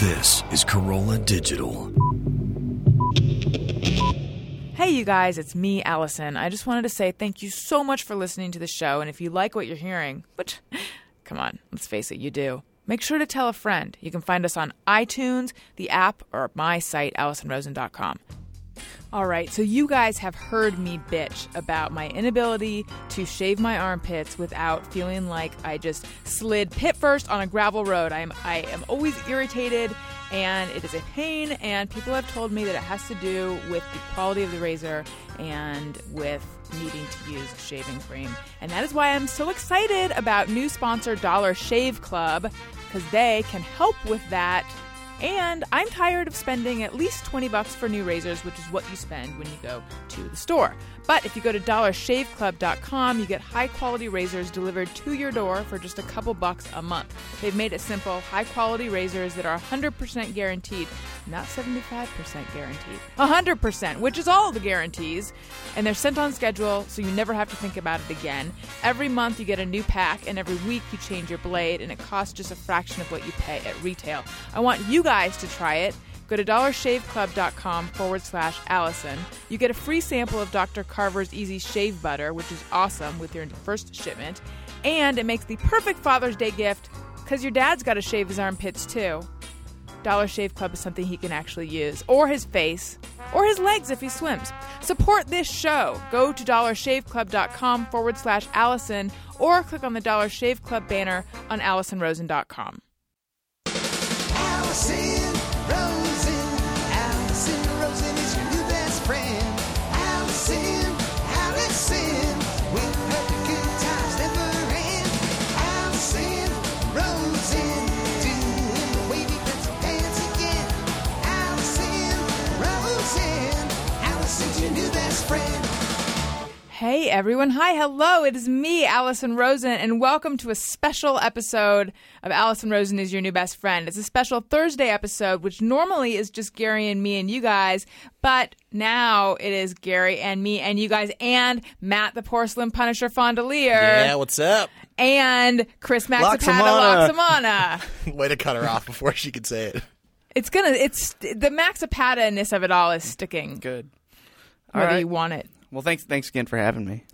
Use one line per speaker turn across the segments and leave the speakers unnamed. This is Corolla Digital.
Hey, you guys, it's me, Allison. I just wanted to say thank you so much for listening to the show. And if you like what you're hearing, which, come on, let's face it, you do, make sure to tell a friend. You can find us on iTunes, the app, or my site, AllisonRosen.com. All right, so you guys have heard me bitch about my inability to shave my armpits without feeling like I just slid pit first on a gravel road. I am I am always irritated and it is a pain and people have told me that it has to do with the quality of the razor and with needing to use shaving cream. And that is why I'm so excited about new sponsor Dollar Shave Club cuz they can help with that and I'm tired of spending at least 20 bucks for new razors, which is what you spend when you go to the store. But if you go to dollarshaveclub.com, you get high quality razors delivered to your door for just a couple bucks a month. They've made it simple, high quality razors that are 100% guaranteed, not 75% guaranteed, 100%, which is all the guarantees. And they're sent on schedule, so you never have to think about it again. Every month you get a new pack, and every week you change your blade, and it costs just a fraction of what you pay at retail. I want you guys to try it. Go to dollarshaveclub.com forward slash Allison. You get a free sample of Dr. Carver's Easy Shave Butter, which is awesome with your first shipment. And it makes the perfect Father's Day gift because your dad's got to shave his armpits too. Dollar Shave Club is something he can actually use, or his face, or his legs if he swims. Support this show. Go to dollarshaveclub.com forward slash Allison or click on the Dollar Shave Club banner on AllisonRosen.com.
Allison Rosen. Allison Rosen is your new best friend. Allison, Allison, with her the good times never end. Allison Rosen, doing the wavy pencil dance again. Allison Rosen, Allison's your new best friend.
Hey everyone. Hi, hello. It is me, Allison Rosen, and welcome to a special episode of Allison Rosen is Your New Best Friend. It's a special Thursday episode, which normally is just Gary and me and you guys, but now it is Gary and me and you guys and Matt the Porcelain Punisher Fondelier
Yeah, what's up?
and Chris Maxipata
Loxamana.
Loxamana.
Way to cut her off before she could say it.
it's gonna it's the Maxipata-ness of it all is sticking.
Good. All
Whether
right.
you want it.
Well, thanks. Thanks again for having me.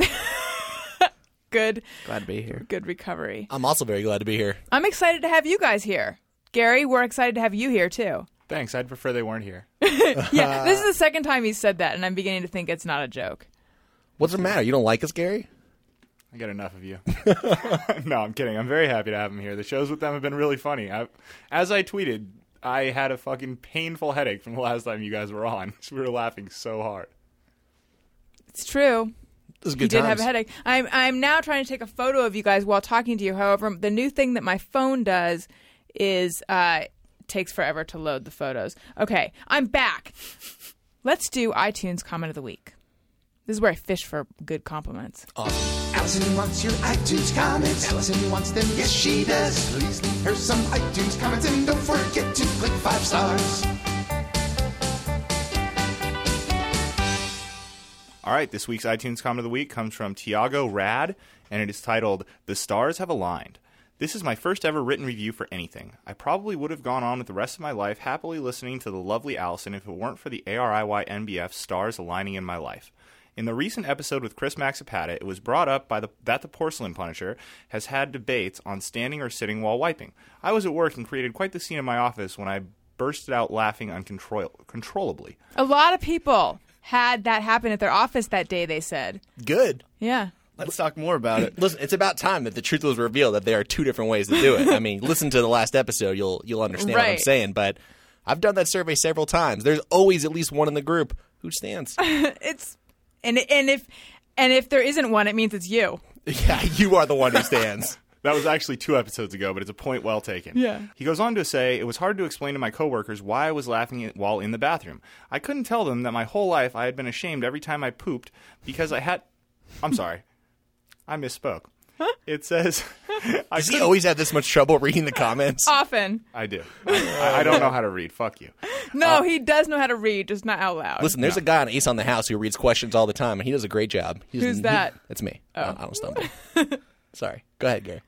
Good
Glad to be here.
good recovery.
I'm also very glad to be here.
I'm excited to have you guys here. Gary, we're excited to have you here too.
Thanks. I'd prefer they weren't here.
Yeah, this is the second time he's said that, and I'm beginning to think it's not a joke.
What's the matter? You don't like us, Gary?
I get enough of you. no, I'm kidding. I'm very happy to have them here. The shows with them have been really funny. I, as I tweeted, I had a fucking painful headache from the last time you guys were on. we were laughing so hard.
It's true.
This is
He
good
did
times.
have a headache. I'm I'm now trying to take a photo of you guys while talking to you. However, the new thing that my phone does is uh, takes forever to load the photos. Okay, I'm back. Let's do iTunes comment of the week. This is where I fish for good compliments.
Allison wants your iTunes comments. Allison wants them, yes she does. Please leave her some iTunes comments and don't forget to click five stars.
All right, this week's iTunes comment of the week comes from Tiago Rad, and it is titled The Stars Have Aligned. This is my first ever written review for anything. I probably would have gone on with the rest of my life happily listening to the lovely Allison if it weren't for the ARIY NBF stars aligning in my life. In the recent episode with Chris Maxipata, it was brought up by the, that the Porcelain Punisher has had debates on standing or sitting while wiping. I was at work and created quite the scene in my office when I bursted out laughing uncontrollably.
A lot of people had that happen at their office that day. They said,
good.
"Yeah,
Let's talk more about it.
Listen, it's about time that the truth was revealed that there are two different ways to do it. I mean, listen to the last episode, you'll you'll understand what I'm
Right.
saying, but I've done that survey several times. There's always at least one in the group who stands.
it's and and if and if there isn't one, it means it's you."
yeah, you are the one who stands.
That was actually two episodes ago, but it's a point well taken.
Yeah.
He goes on to say, It was hard to explain to my coworkers why I was laughing at- while in the bathroom. I couldn't tell them that my whole life I had been ashamed every time I pooped because I had. I'm sorry. I misspoke. It says. I
Does he
couldn't-
always have this much trouble reading the comments?
Oh, Often.
I do. I, I don't know how to read. Fuck you.
No,
Uh,
he does know how to read, just not out loud.
Listen, there's a guy on Ace on the House who reads questions all the time, and he does a great job. He
Who's
doesn't-
that?
He, that's me. I, I don't stumble. Sorry. Go ahead, Gary.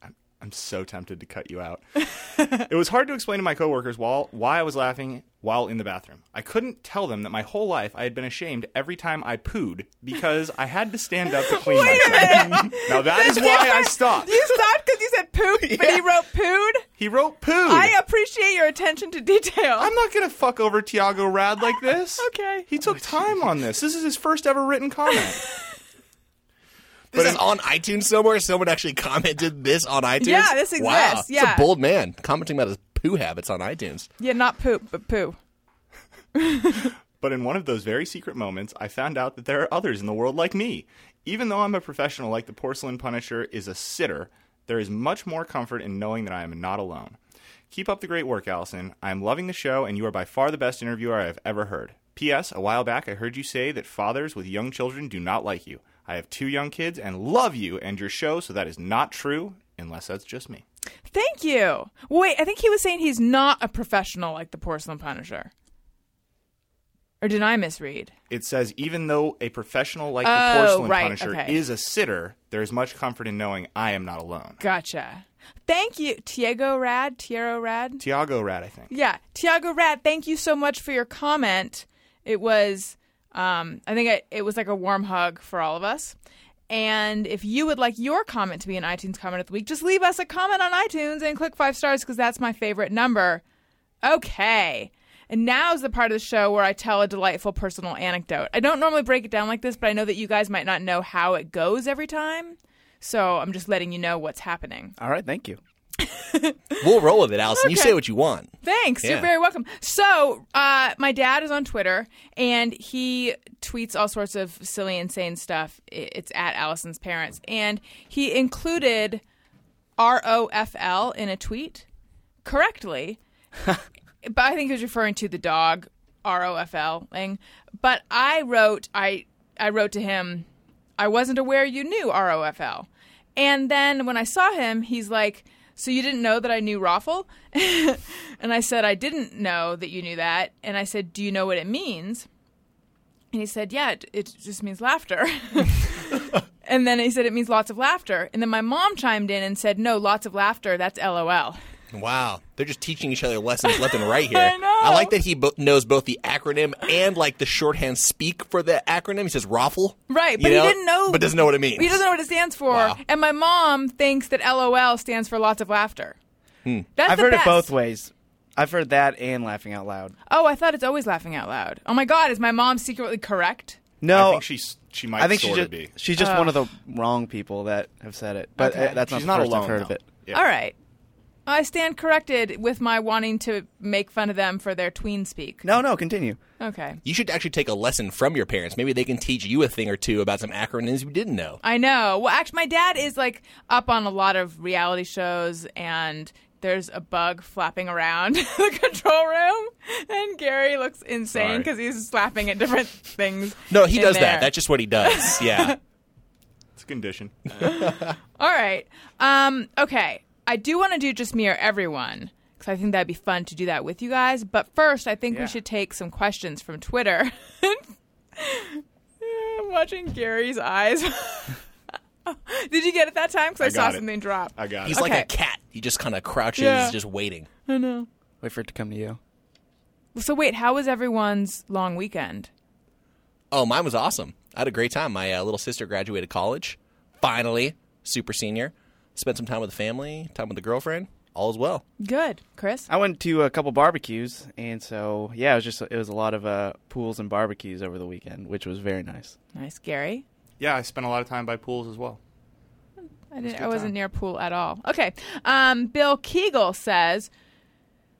I'm I'm so tempted to cut you out. it was hard to explain to my coworkers while, why I was laughing while in the bathroom. I couldn't tell them that my whole life I had been ashamed every time I pooed because I had to stand up to clean myself. now that is why I stopped.
You stopped because you said poop, but he wrote pood.
He wrote pooed.
I appreciate your attention to detail.
I'm not gonna fuck over Tiago Rad like this.
Okay.
He took time on this. This is his first ever written comment.
This is on iTunes somewhere. Someone actually commented this on iTunes.
Yeah, this
Wow, it's
exists, yeah.
a bold man commenting about his poo habits on iTunes.
yeah, not poop, but poo.
But in one of those very secret moments, I found out that there are others in the world like me. Even though I'm a professional like the porcelain punisher is a sitter, there is much more comfort in knowing that I am not alone. Keep up the great work, Allison. I am loving the show, and you are by far the best interviewer I have ever heard. P.S. A while back, I heard you say that fathers with young children do not like you. I have two young kids and love you and your show, so that is not true, unless that's just me.
Thank you. Wait, I think he was saying he's not a professional like the porcelain punisher. Or did I misread?
it says even though a professional like
Oh,
the porcelain
right,
punisher
okay.
is a sitter, there is much comfort in knowing I am not alone.
Gotcha. Thank you, Tiago Rad, Tiero Rad.
Tiago Rat, I think.
Yeah, Tiago Rat, thank you so much for your comment. It was, um, I think it, it was like a warm hug for all of us. And if you would like your comment to be an iTunes comment of the week, just leave us a comment on iTunes and click five stars because that's my favorite number. Okay. And now is the part of the show where I tell a delightful personal anecdote. I don't normally break it down like this, but I know that you guys might not know how it goes every time. So I'm just letting you know what's happening.
All right, thank you.
We'll roll with it, Allison. You say what you want.
Thanks. You're
Yeah.
very welcome. So, uh, my dad is on Twitter and he tweets all sorts of silly, insane stuff. I- It's at Allison's parents. And he included R O F L in a tweet correctly. but I think he was referring to the dog R O F L thing. But I wrote, I, I wrote to him, I wasn't aware you knew R O F L. And then when I saw him, he's like, So you didn't know that I knew Raffle? and I said, I didn't know that you knew that. And I said, Do you know what it means? And he said, Yeah, it, it just means laughter. and then he said, It means lots of laughter. And then my mom chimed in and said, No, lots of laughter, that's LOL.
Wow, they're just teaching each other lessons left and right here.
I know.
I like that he bo- knows both the acronym and like the shorthand speak for the acronym. He says "raffle,"
Right,
you
but he didn't know-
but doesn't know what it means.
He doesn't know what it stands for.
Wow.
And my mom thinks that LOL stands for lots of laughter. That's
Hmm. I've
the
heard
best.
it both ways. I've heard that and laughing out loud.
Oh, I thought it's always laughing out loud. Oh my God, is my mom secretly correct?
No,
I think she's she might
I think she's
sort
just,
of be.
she's
Oh.
just one of the wrong people that have said it. But uh, that's not
she's
the
not
first
alone.
I've heard
though.
of it.
Yeah.
All right. I stand corrected with my wanting to make fun of them for their tween speak.
No, no, continue.
Okay.
You should actually take a lesson from your parents. Maybe they can teach you a thing or two about some acronyms you didn't know.
I know. Well, actually, my dad is like up on a lot of reality shows, and there's a bug flapping around the control room, and Gary looks insane
Sorry.
because he's slapping at different things.
No, he
in
does
there.
that. That's just what he does. Yeah.
It's a condition.
All right. Um, okay. I do want to do just me or everyone because I think that'd be fun to do that with you guys. But first, I think
Yeah.
we should take some questions from Twitter. I'm watching Gary's eyes. Did you get it that time? Because I,
I
saw
got it.
something drop.
I got it.
He's like
Okay.
a cat. He just kind of crouches,
Yeah.
just waiting.
Wait for it to come to you.
So wait, how was everyone's long weekend?
Oh, mine was awesome. I had a great time. My uh, little sister graduated college. Finally, super senior. Spent some time with the family, time with the girlfriend. All is well.
Good, Chris.
I went to a couple barbecues, and so yeah, it was just it was a lot of uh, pools and barbecues over the weekend, which was very nice.
Nice, Gary.
yeah, I spent a lot of time by pools as well.
I, didn't, I wasn't near pool at all. Okay. Um, Bill Kegel says,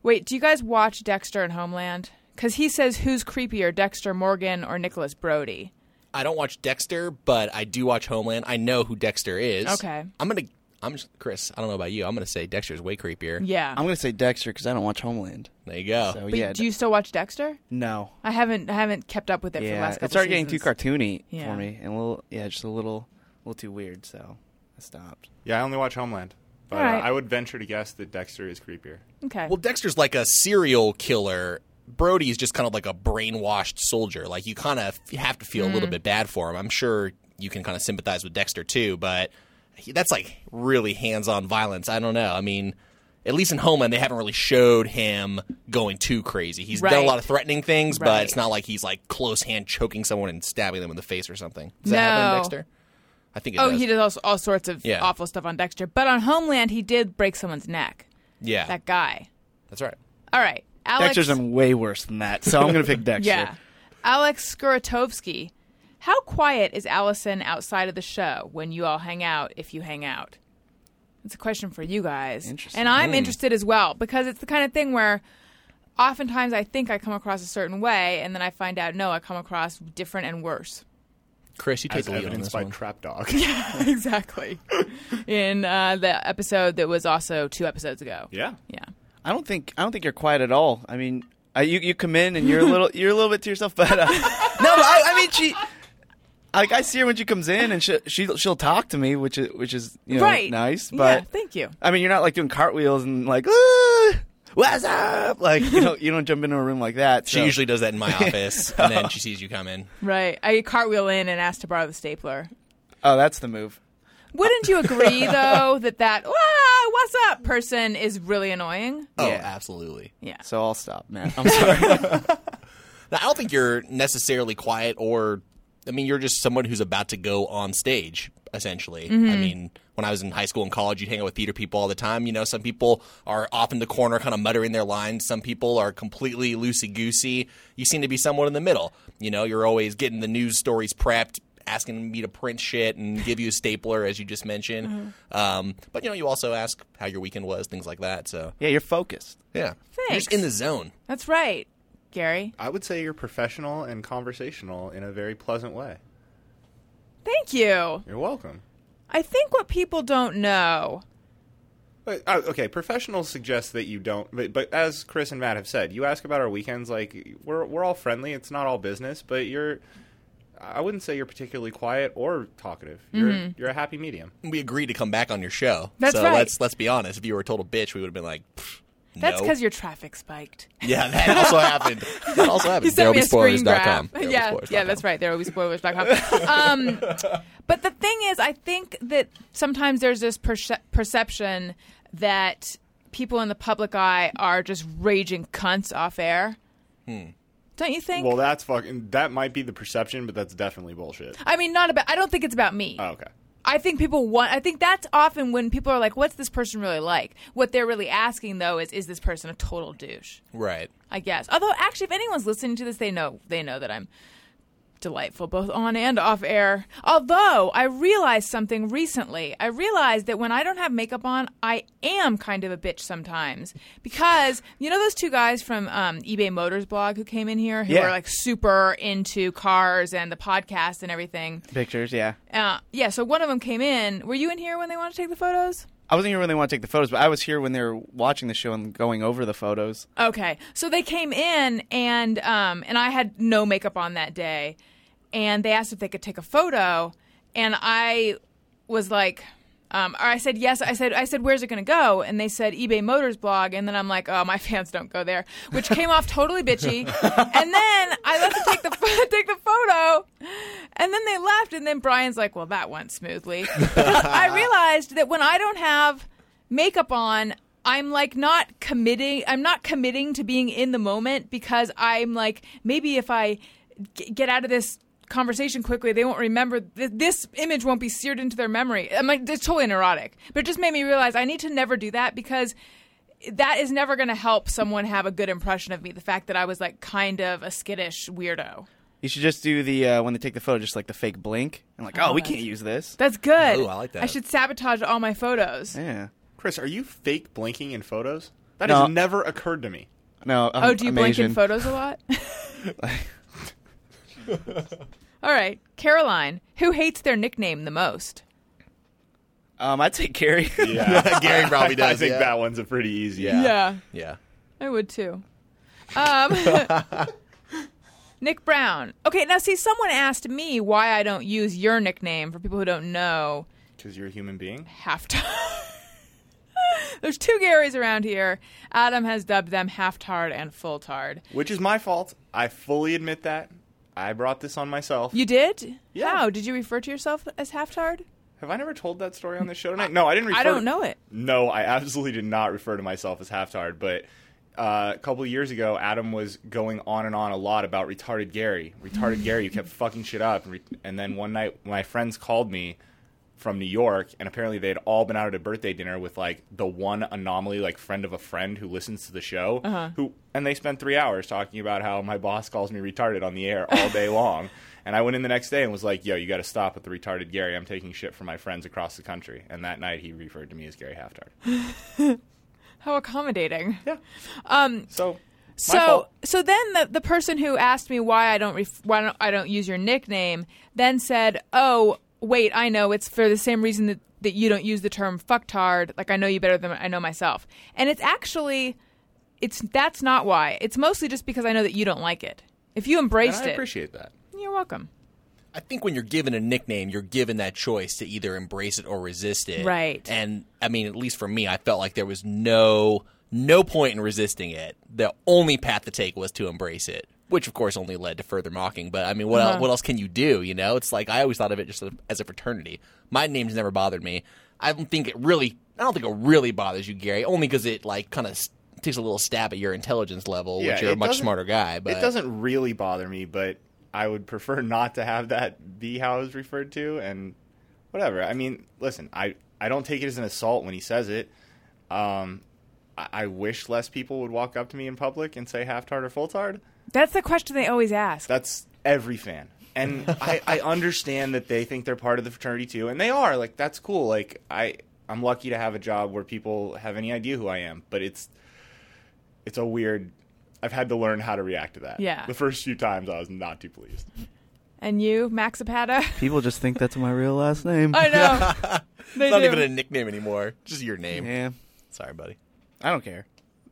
"Wait, do you guys watch Dexter and Homeland? Because he says who's creepier, Dexter Morgan or Nicholas Brody?
I don't watch Dexter, but I do watch Homeland. I know who Dexter is.
Okay.
I'm gonna. I'm just Chris. I don't know about you. I'm gonna say Dexter's way creepier.
Yeah.
I'm gonna say Dexter because I don't watch Homeland.
There you go.
So
Oh. but
yeah,
do you still watch Dexter?
no,
I haven't. I haven't kept up with it for the
yeah,
last.
it
couple
started getting too
seasons.
cartoony
Yeah.
for me, and a little yeah, just a little, a little too weird, so I stopped.
Yeah, I only watch Homeland. But
All right.
uh, I would venture to guess that Dexter is creepier.
Okay.
Well, Dexter's like a serial killer. Brody's just kind of like a brainwashed soldier. Like you
Hmm.
kind of have to feel a little bit bad for him. I'm sure you can kind of sympathize with Dexter too, but he- that's like really hands-on violence. I don't know. I mean, at least in Homeland, they haven't really showed him going too crazy. He's done
Right.
a lot of threatening things, but
Right.
it's not like he's like close hand choking someone and stabbing them in the face or something. Does
No.
that happen, in Dexter? I think it
Oh,
does.
he did all, all sorts of
Yeah.
awful stuff on Dexter, but on Homeland he did break someone's neck.
Yeah,
That guy.
that's right.
All right, Alex.
Dexter's in way worse than that, so I'm gonna pick Dexter.
Oh, yeah, Alex Skuratovsky. How quiet is Allison outside of the show when you all hang out? If you hang out, it's a question for you guys,
Interesting. Hmm.
and I'm interested as well because it's the kind of thing where. Oftentimes, I think I come across a certain way, and then I find out no, I come across different and worse.
Chris, you take
as
the lead on
evidenced
this
by
one.
Trap Dog.
exactly. In uh, the episode that was also two episodes ago.
yeah.
Yeah.
I don't think I don't think you're quiet at all. I mean, I, you you come in and you're a little you're a little bit to yourself, but uh, no, but I, I mean she. Like I see her when she comes in, and she, she she'll talk to me, which is which is you know
right.
nice.
yeah,
But
thank you.
I mean, you're not like doing cartwheels and like "Ah, what's up, like you know you don't jump into a room like that.
She
so-
usually does that in my office, and then she sees you come in.
Right. I cartwheel in and ask to borrow the stapler.
oh that's the move.
Wouldn't you agree though that that "Wah, what's up person is really annoying?
Oh,
Yeah.
absolutely.
Yeah.
So I'll stop, man. I'm sorry.
Now, I don't think you're necessarily quiet or I mean you're just someone who's about to go on stage essentially. I mean, when I was in high school and college, you'd hang out with theater people all the time. You know, some people are off in the corner kind of muttering their lines. Some people are completely loosey-goosey. You seem to be somewhat in the middle. You know, you're always getting the news stories prepped, asking me to print shit and give you a stapler as you just mentioned. Um, but you know, you also ask how your weekend was, things like that. So,
yeah, you're focused.
yeah. You're just
Thanks.
in the zone.
That's right, Gary.
I would say you're professional and conversational in a very pleasant way.
Thank you.
You're welcome.
I think what people don't know.
But, uh, okay, professional suggests that you don't. But, but as Chris and Matt have said, you ask about our weekends. Like we're we're all friendly. It's not all business. But you're, I wouldn't say you're particularly quiet or talkative. You're you're a happy medium.
we agreed to come back on your show.
That's
so
right.
let's let's be honest. If you were a total bitch, we would have been like, "Pfft,
That's
no."
because your traffic spiked.
yeah, that also happened. That also happened.
He sent me a screen grab.
There'll be
Yeah,
spoilers
yeah,
dot
that's
com.
right. There will be spoilers.com. um, but the thing is, I think that sometimes there's this perce- perception that people in the public eye are just raging cunts off air.
Hmm.
Don't you think?
Well, that's fucking. That might be the perception, but that's definitely bullshit.
I mean, not about. I don't think it's about me.
Oh, okay.
I think people want. I think that's often when people are like, "What's this person really like?" What they're really asking though is, "Is this person a total douche?"
Right.
I guess. Although, actually, if anyone's listening to this, they know they know that I'm delightful, both on and off air. Although I realized something recently. I realized that when I don't have makeup on, I am kind of a bitch sometimes because you know those two guys from um, eBay Motors blog who came in here who
Yeah.
are like super into cars and the podcast and everything.
Pictures, yeah.
Uh, yeah, so one of them came in. Were you in here when they wanted to take the photos?
I wasn't here when they want to take the photos, but I was here when they were watching the show and going over the photos.
Okay, so they came in and um, and I had no makeup on that day, and they asked if they could take a photo, and I was like, um, or I said yes. I said I said where's it going to go, and they said eBay Motors blog, and then I'm like, oh my fans don't go there, which came off totally bitchy, and then I let them take the pho- take the photo, and then they left, and then Brian's like, well that went smoothly, because I realized that when I don't have makeup on i'm like not committing i'm not committing to being in the moment because i'm like maybe if i g- get out of this conversation quickly they won't remember th- this image won't be seared into their memory i'm like it's totally neurotic but it just made me realize i need to never do that because that is never going to help someone have a good impression of me the fact that i was like kind of a skittish weirdo
You should just do the uh, when they take the photo, just like the fake blink and like, oh, we can't use this.
that's good
Ooh, I like that.
i should sabotage all my photos
Yeah.
Chris, are you fake blinking in photos? That
No.
has never occurred to me.
No. I'm,
Oh, do you
I'm
blink in
Asian.
photos a lot? All right, Caroline, who hates their nickname the most?
Um, I'd say Carrie.
Yeah,
Gary probably
I
does.
think
yeah.
that one's a pretty easy.
Yeah.
Yeah,
Yeah.
I would too. Um, Nick Brown. Okay, now see, someone asked me why I don't use your nickname for people who don't know
because you're a human being.
Halftard. There's two Garys around here. Adam has dubbed them Halftard and Fulltard.
Which is my fault. I fully admit that. I brought this on myself.
You did?
Yeah.
How? Did you refer to yourself as Halftard?
Have I never told that story on the show tonight? No, I didn't. Refer
I don't know it.
No, I absolutely did not refer to myself as half-tired. But uh, a couple of years ago, Adam was going on and on a lot about retarded Gary. Retarded Gary, you kept fucking shit up. And, re- and then one night, my friends called me from New York, and apparently they had all been out at a birthday dinner with like the one anomaly, like friend of a friend who listens to the show. Who and they spent three hours talking about how my boss calls me retarded on the air all day long. And I went in the next day and was like, "Yo, you got to stop with the retarded Gary. I'm taking shit from my friends across the country." And that night, he referred to me as Gary Halftard.
How accommodating.
Yeah. Um. So. my
So,
fault.
so then the, the person who asked me why I don't ref- why don't, I don't use your nickname then said, "Oh, wait, I know it's for the same reason that, that you don't use the term fucktard. Like I know you better than I know myself." And it's actually it's that's not why. It's mostly just because I know that you don't like it. If you
And
embraced
I
it,
appreciate that.
you're welcome.
I think when you're given a nickname, you're given that choice to either embrace it or resist it.
Right.
And I mean, at least for me, I felt like there was no no point in resisting it. The only path to take was to embrace it, which of course only led to further mocking. But I mean, what el what else can you do? You know, it's like I always thought of it just as a fraternity. My name's never bothered me. I don't think it really. I don't think it really bothers you, Gary. Only because it like kind of takes a little stab at your intelligence level,
Yeah,
which you're a
it
much
doesn't-
smarter guy. But
It doesn't really bother me, but I would prefer not to have that be how it's referred to and whatever. I mean, listen, I, I don't take it as an assault when he says it. Um, I, I wish less people would walk up to me in public and say half tard or full tard.
That's the question they always ask.
That's every fan. And I, I understand that they think they're part of the fraternity too, and they are. Like that's cool. Like I I'm lucky to have a job where people have any idea who I am, but it's it's a weird I've had to learn how to react to that.
Yeah.
The first few times I was not too pleased.
and you, Max Zapata?
People just think that's my real last name.
I know. they
not
do.
even a nickname anymore. Just your name.
yeah,
Sorry, buddy.
I don't care.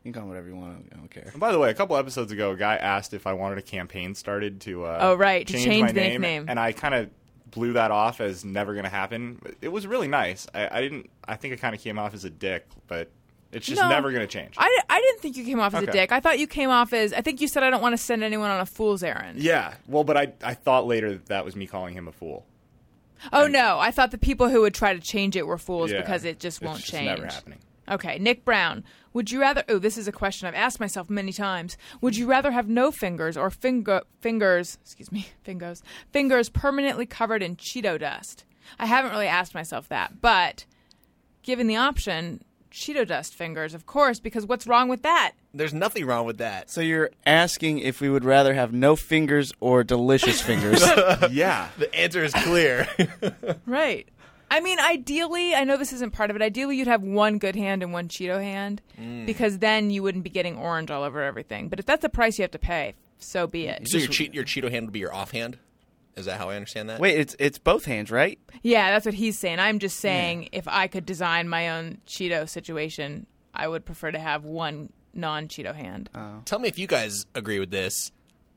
You can call me whatever you want. I don't care.
And by the way, a couple episodes ago, a guy asked if I wanted a campaign started to uh,
Oh, right, to change
my
the
name,
nickname.
and I kind of blew that off as never going to happen. It was really nice. I, I didn't. I think I kind of came off as a dick, but it's just
No.
never going to change.
I, I didn't think you came off as a
Okay.
dick. I thought you came off as I think you said I don't want to send anyone on a fool's errand.
Yeah. Well, but I I thought later that that was me calling him a fool.
Oh no, I thought the people who would try to change it were fools
Yeah.
because it just
It's
won't
just
change.
never happening.
Okay, Nick Brown. Would you rather? Oh, this is a question I've asked myself many times. Would you rather have no fingers or finger fingers? Excuse me, fingers. Fingers permanently covered in Cheeto dust. I haven't really asked myself that, but given the option, Cheeto dust fingers, of course, because what's wrong with that?
There's nothing wrong with that.
So you're asking if we would rather have no fingers or delicious fingers?
yeah.
The answer is clear.
Right. I mean, ideally, I know this isn't part of it. Ideally, you'd have one good hand and one Cheeto hand
Mm.
because then you wouldn't be getting orange all over everything. But if that's the price you have to pay, so be it.
so your, cheat, your Cheeto hand would be your offhand? Is that how I understand that?
Wait, it's it's both hands, right?
Yeah, that's what he's saying. I'm just saying if I could design my own Cheeto situation, I would prefer to have one non Cheeto hand.
Tell me if you guys agree with this.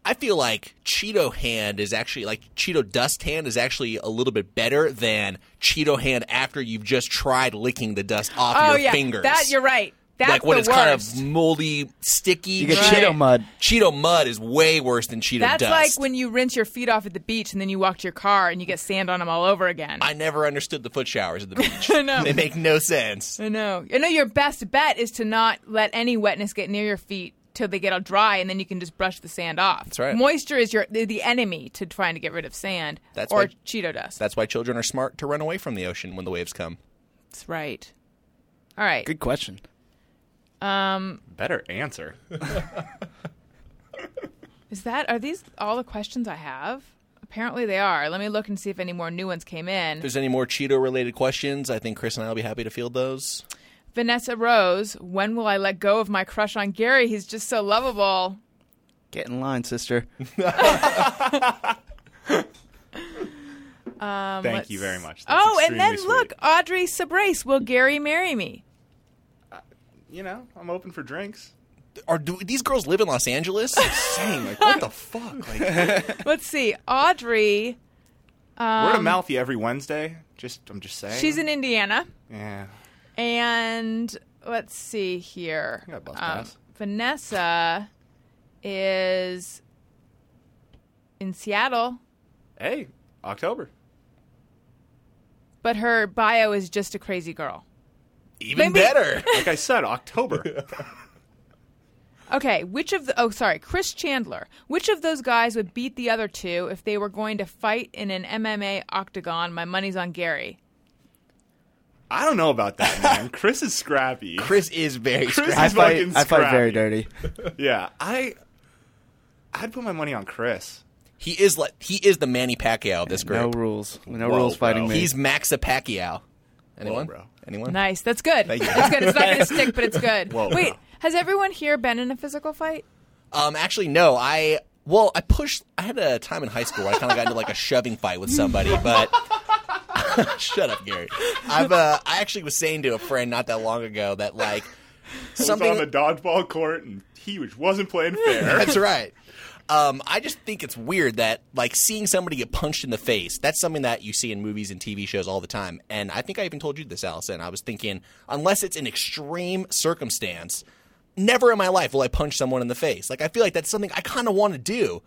I feel like Cheeto hand is actually like Cheeto dust hand is actually a little bit better than Cheeto hand after you've just tried licking the dust off
oh,
your
yeah.
fingers.
That, you're right. That's
like when
the
it's
worst.
kind of moldy, sticky.
You get
shit.
Cheeto mud.
Cheeto mud is way worse than Cheeto
that's
dust.
like when you rinse your feet off at the beach and then you walk to your car and you get sand on them all over again.
I never understood the foot showers at the beach.
I know.
They make no sense.
I know. I know your best bet is to not let any wetness get near your feet till they get all dry, and then you can just brush the sand off. That's
right.
Moisture is your the the enemy to trying to get rid of sand
That's
or
why-
Cheeto dust.
That's why children are smart to run away from the ocean when the waves come.
That's right. All right.
Good question.
Better answer.
Is that are these all the questions I have? Apparently they are. Let me look and see if any more new ones came in.
If there's any more Cheeto related questions, I think Chris and I will be happy to field those.
Vanessa Rose, when will I let go of my crush on Gary? He's just so lovable.
Get in line, sister.
Thank
Um, let's-
you very much. That's
Oh, and
extremely
then
sweet.
look, Audrey Sabrace, will Gary marry me?
You know, I'm open for drinks.
Are do these girls live in Los Angeles?
Dang, like what the fuck? Like
Let's see. Audrey
word of mouthy every Wednesday. Just I'm just saying.
Um, She's in Indiana.
yeah.
And let's see here.
I got a bus
Um,
pass.
Vanessa is in Seattle.
Hey, October.
but her bio is just a crazy girl.
Even
Maybe-
better.
Like I said, October.
Okay, which of the oh sorry, Chris Chandler. Which of those guys would beat the other two if they were going to fight in an MMA octagon? My money's on Gary.
I don't know about that, man. Chris is scrappy.
Chris is very
Chris
scrappy.
I
is
fight.
fucking
I fight very
scrappy.
dirty.
Yeah, I. I'd put my money on Chris.
He is like he is the Manny Pacquiao of this group.
No rules. No
Whoa,
rules fighting
bro.
me.
He's Max the Pacquiao. Anyone?
Oh, bro.
Anyone?
Nice. That's good.
Thank you.
That's good. It's not going to stick, but it's good.
Whoa.
Wait, has everyone here been in a physical fight?
Um, actually, no. I well, I pushed. I had a time in high school where I kind of got into like a shoving fight with somebody, but shut up, Gary. I've uh, I actually was saying to a friend not that long ago that like
Something... was on
something.
the dodgeball court, and he was- wasn't playing fair.
That's right. Um, I just think it's weird that like seeing somebody get punched in the face. That's something that you see in movies and TV shows all the time. And I think I even told you this, Allison. I was thinking unless it's an extreme circumstance, never in my life will I punch someone in the face. Like I feel like that's something I kind of want to do.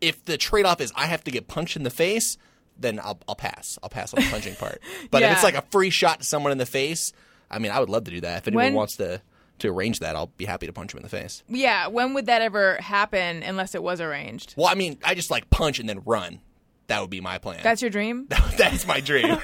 If the trade off is I have to get punched in the face, then I'll, I'll pass. I'll pass on the punching part. But if
Yeah.
it's like a free shot to someone in the face, I mean, I would love to do that. If anyone
When-
wants to to arrange that, I'll be happy to punch him in the face.
Yeah, when would that ever happen unless it was arranged?
Well, I mean, I just like punch and then run. That would be my plan.
That's your dream?
that's my dream.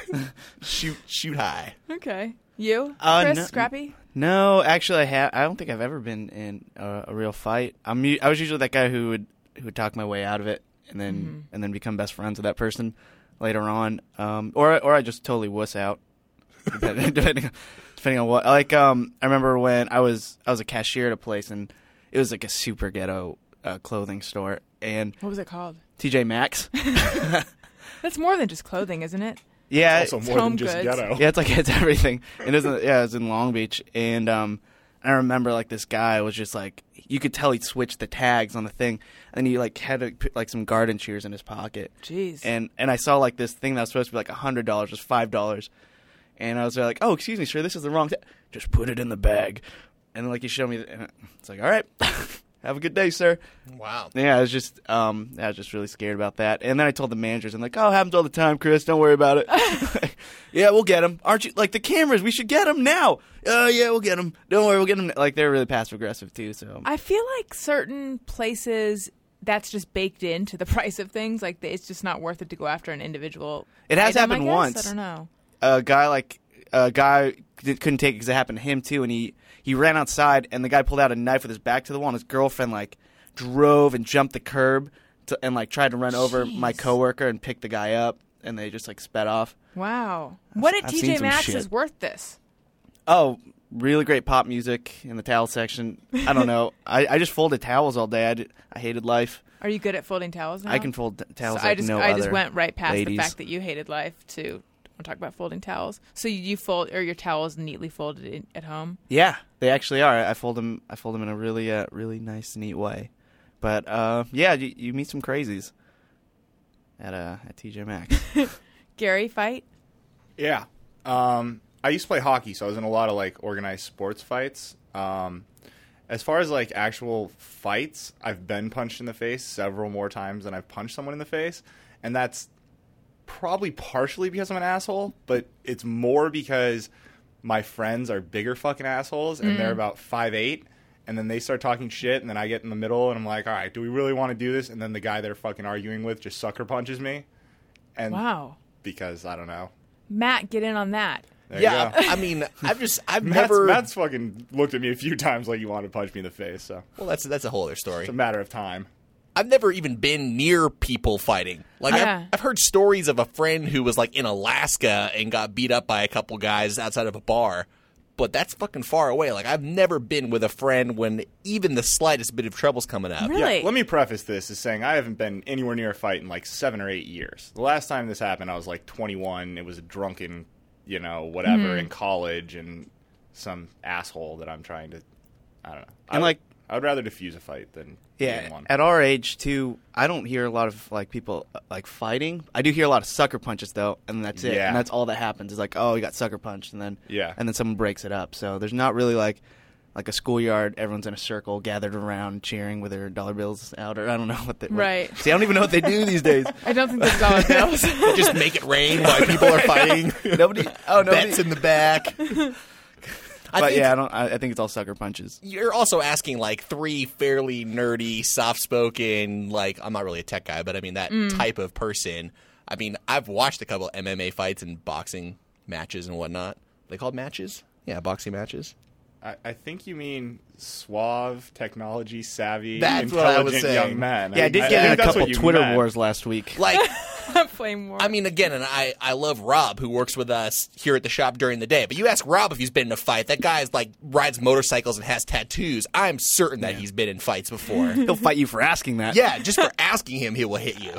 shoot, shoot high.
Okay. You?
Uh,
Chris,
no-
Scrappy?
No, actually, I have. I don't think I've ever been in a, a real fight. I'm. u- I was usually that guy who would who would talk my way out of it, and then
Mm-hmm.
and then become best friends with that person later on. Um, or or I just totally wuss out, depending, depending on- depending on what. Like um, I remember when I was I was a cashier at a place, and it was like a super ghetto uh, clothing store, and
What was it called?
TJ Maxx.
That's more than just clothing, isn't it?
Yeah,
also more
home
than just
goods.
ghetto.
Yeah, it's like it's everything. It isn't. Yeah, it was in Long Beach, and um, I remember like this guy was just like you could tell he'd switched the tags on the thing, and he like had like, put, like some garden shears in his pocket.
Jeez.
And and I saw like this thing that was supposed to be like hundred dollars was five dollars, and I was like, oh, excuse me, sir, this is the wrong. T-. Just put it in the bag, and like he showed me, and it's like, all right, have a good day, sir.
Wow.
Yeah, I was just um, I was just really scared about that. And then I told the managers, I'm like, "Oh, it happens all the time, Chris. Don't worry about it. yeah, we'll get him. Aren't you like the cameras? We should get him now. Oh yeah, we'll get him. Don't worry, we'll get him. Like they're really passive aggressive too. So
I feel like certain places that's just baked into the price of things. Like it's just not worth it to go after an individual.
It has
item, I
happened
guess?
once.
I don't know.
a guy like a guy did, couldn't take it because it happened to him too, and he he ran outside, and the guy pulled out a knife with his back to the wall, and his girlfriend like drove and jumped the curb to, and like tried to run over my coworker and pick the guy up, and they just like sped off.
Wow. What at
I've seen
TJ
some
Maxx
shit.
is worth this?
Oh, really great pop music in the towel section. I don't know. I, I just folded towels all day. I, did- I hated life.
Are you good at folding towels now?
I can fold t-
So
towels like
I just
no
I just
other
went right past
ladies.
the fact that you hated life to I'll talk about folding towels. So you, you fold or your towels neatly folded in, at home.
yeah, they actually are. I fold them. I fold them in a really uh, really nice neat way. But uh, yeah, you, you meet some crazies at uh, at TJ Maxx.
Gary fight.
Yeah. Um, I used to play hockey, so I was in a lot of like organized sports fights. Um, as far as like actual fights, I've been punched in the face several more times than I've punched someone in the face, and that's probably partially because I'm an asshole, but it's more because my friends are bigger fucking assholes and they're about five eight. And then they start talking shit, and then I get in the middle, and I'm like, "All right, do we really want to do this?" And then the guy they're fucking arguing with just sucker punches me, and
Wow.
because I don't know.
Matt, get in on that.
There you
yeah.
go.
I mean, I've just I've
Matt's,
never.
Matt's fucking looked at me a few times like you wanted to punch me in the face, so
well, that's that's a whole other story.
it's a matter of time.
I've never even been near people fighting. Like
Yeah.
I've, I've heard stories of a friend who was like in Alaska and got beat up by a couple guys outside of a bar, but that's fucking far away. Like I've never been with a friend when even the slightest bit of trouble's coming up.
Really?
Yeah, let me preface this as saying I haven't been anywhere near a fight in like seven or eight years. The last time this happened, I was like 21. It was a drunken, you know, whatever
Hmm.
in college, and some asshole that I'm trying to. I don't know. I
And,
would-
like-
I would rather defuse a fight than be in
Yeah,
one.
at our age too, I don't hear a lot of like people uh, like fighting. I do hear a lot of sucker punches though, and that's it.
Yeah.
And that's all that happens is like, oh, you got sucker punched, and then
Yeah.
and then someone breaks it up. So there's not really like like a schoolyard. Everyone's in a circle, gathered around, cheering with their dollar bills out, or I don't know what they. what-
Right.
See, I don't even know what they do these days.
I don't think that's all it goes.
Just make it rain while people are fighting.
Nobody. Oh, nobody.
Bets in the back. I
but
think
yeah, I don't. I, I think it's all sucker punches.
you're also asking like three fairly nerdy, soft spoken, like I'm not really a tech guy, but I mean that
Mm.
type of person. I mean, I've watched a couple MMA fights and boxing matches and whatnot. They called matches? Yeah, boxing matches.
I, I think you mean suave, technology savvy,
That's what I
intelligent
was
young
saying.
man.
Yeah, I did
think
get in a
that's
couple
what you
Twitter
meant.
wars last week.
Like
Flame war.
I mean, again, and I, I love Rob, who works with us here at the shop during the day. But you ask Rob if he's been in a fight. That guy is like rides motorcycles and has tattoos. I'm certain that he's been in fights before.
He'll fight you for asking that.
yeah, just for asking him, he will hit you.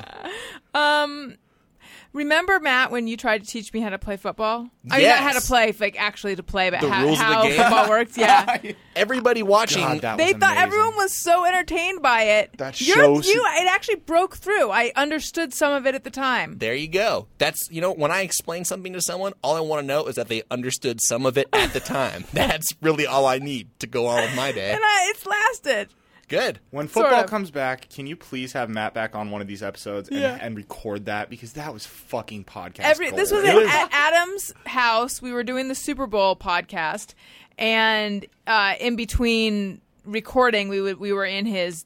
Remember, Matt, when you tried to teach me how to play football? I mean, not how to
Yes.
play, like actually to play, but
The
how,
rules of the
how
game?
football works. Yeah.
Everybody watching,
God, that
They
was
thought
amazing.
everyone was so entertained by it.
That
Your
shows-
you. It actually broke through. I understood some of it at the time.
There you go. That's you know when I explain something to someone, all I want to know is that they understood some of it at the time. That's really all I need to go on with my day.
And I, it's lasted.
Good.
When
Sort
football
of.
comes back, can you please have Matt back on one of these episodes and,
Yeah.
and record that because that was fucking podcast.
Every
gold.
this was at, at Adam's house. We were doing the Super Bowl podcast, and uh, in between recording, we would we were in his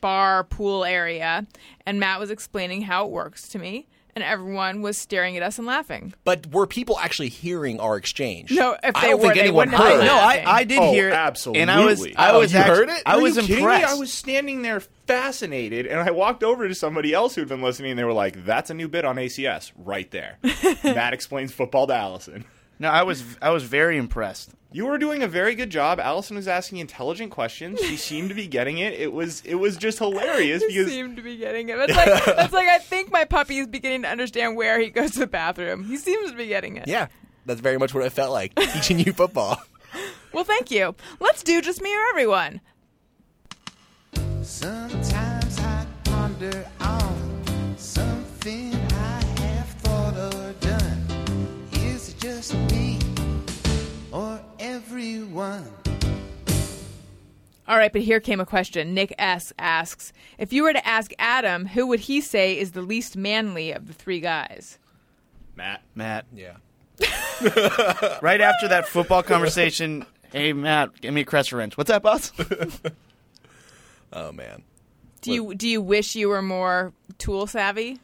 bar pool area, and Matt was explaining how it works to me, and everyone was staring at us and laughing.
But were people actually hearing our exchange?
No, if
I
they
don't
were,
think
they
anyone
wouldn't have
heard.
been
No, I, I did
Oh,
hear it,
absolutely!
and I was I
Oh,
was
you
actu-
heard it.
I
Are
was
you kidding me?
impressed.
I was standing there fascinated, and I walked over to somebody else who'd been listening, and they were like, "That's a new bit on ACS, right there." Matt explains football to Allison.
No, I was I was very impressed.
You were doing a very good job. Allison was asking intelligent questions. She seemed to be getting it. It was it was just hilarious
You
because
seem to be getting it. That's like that's like I think my puppy is beginning to understand where he goes to the bathroom. He seems to be getting it.
Yeah, that's very much what it felt like teaching you football.
Well, thank you. Let's do just me or everyone.
Sometimes I ponder on something I have thought or done. Is it just me or everyone?
All right, but here came a question. Nick S asks if you were to ask Adam, who would he say is the least manly of the three guys?
Matt.
Matt,
Yeah.
right after that football conversation, hey Matt, give me a crescent wrench. What's that, boss?
Oh man.
Do you do you wish you were more tool savvy?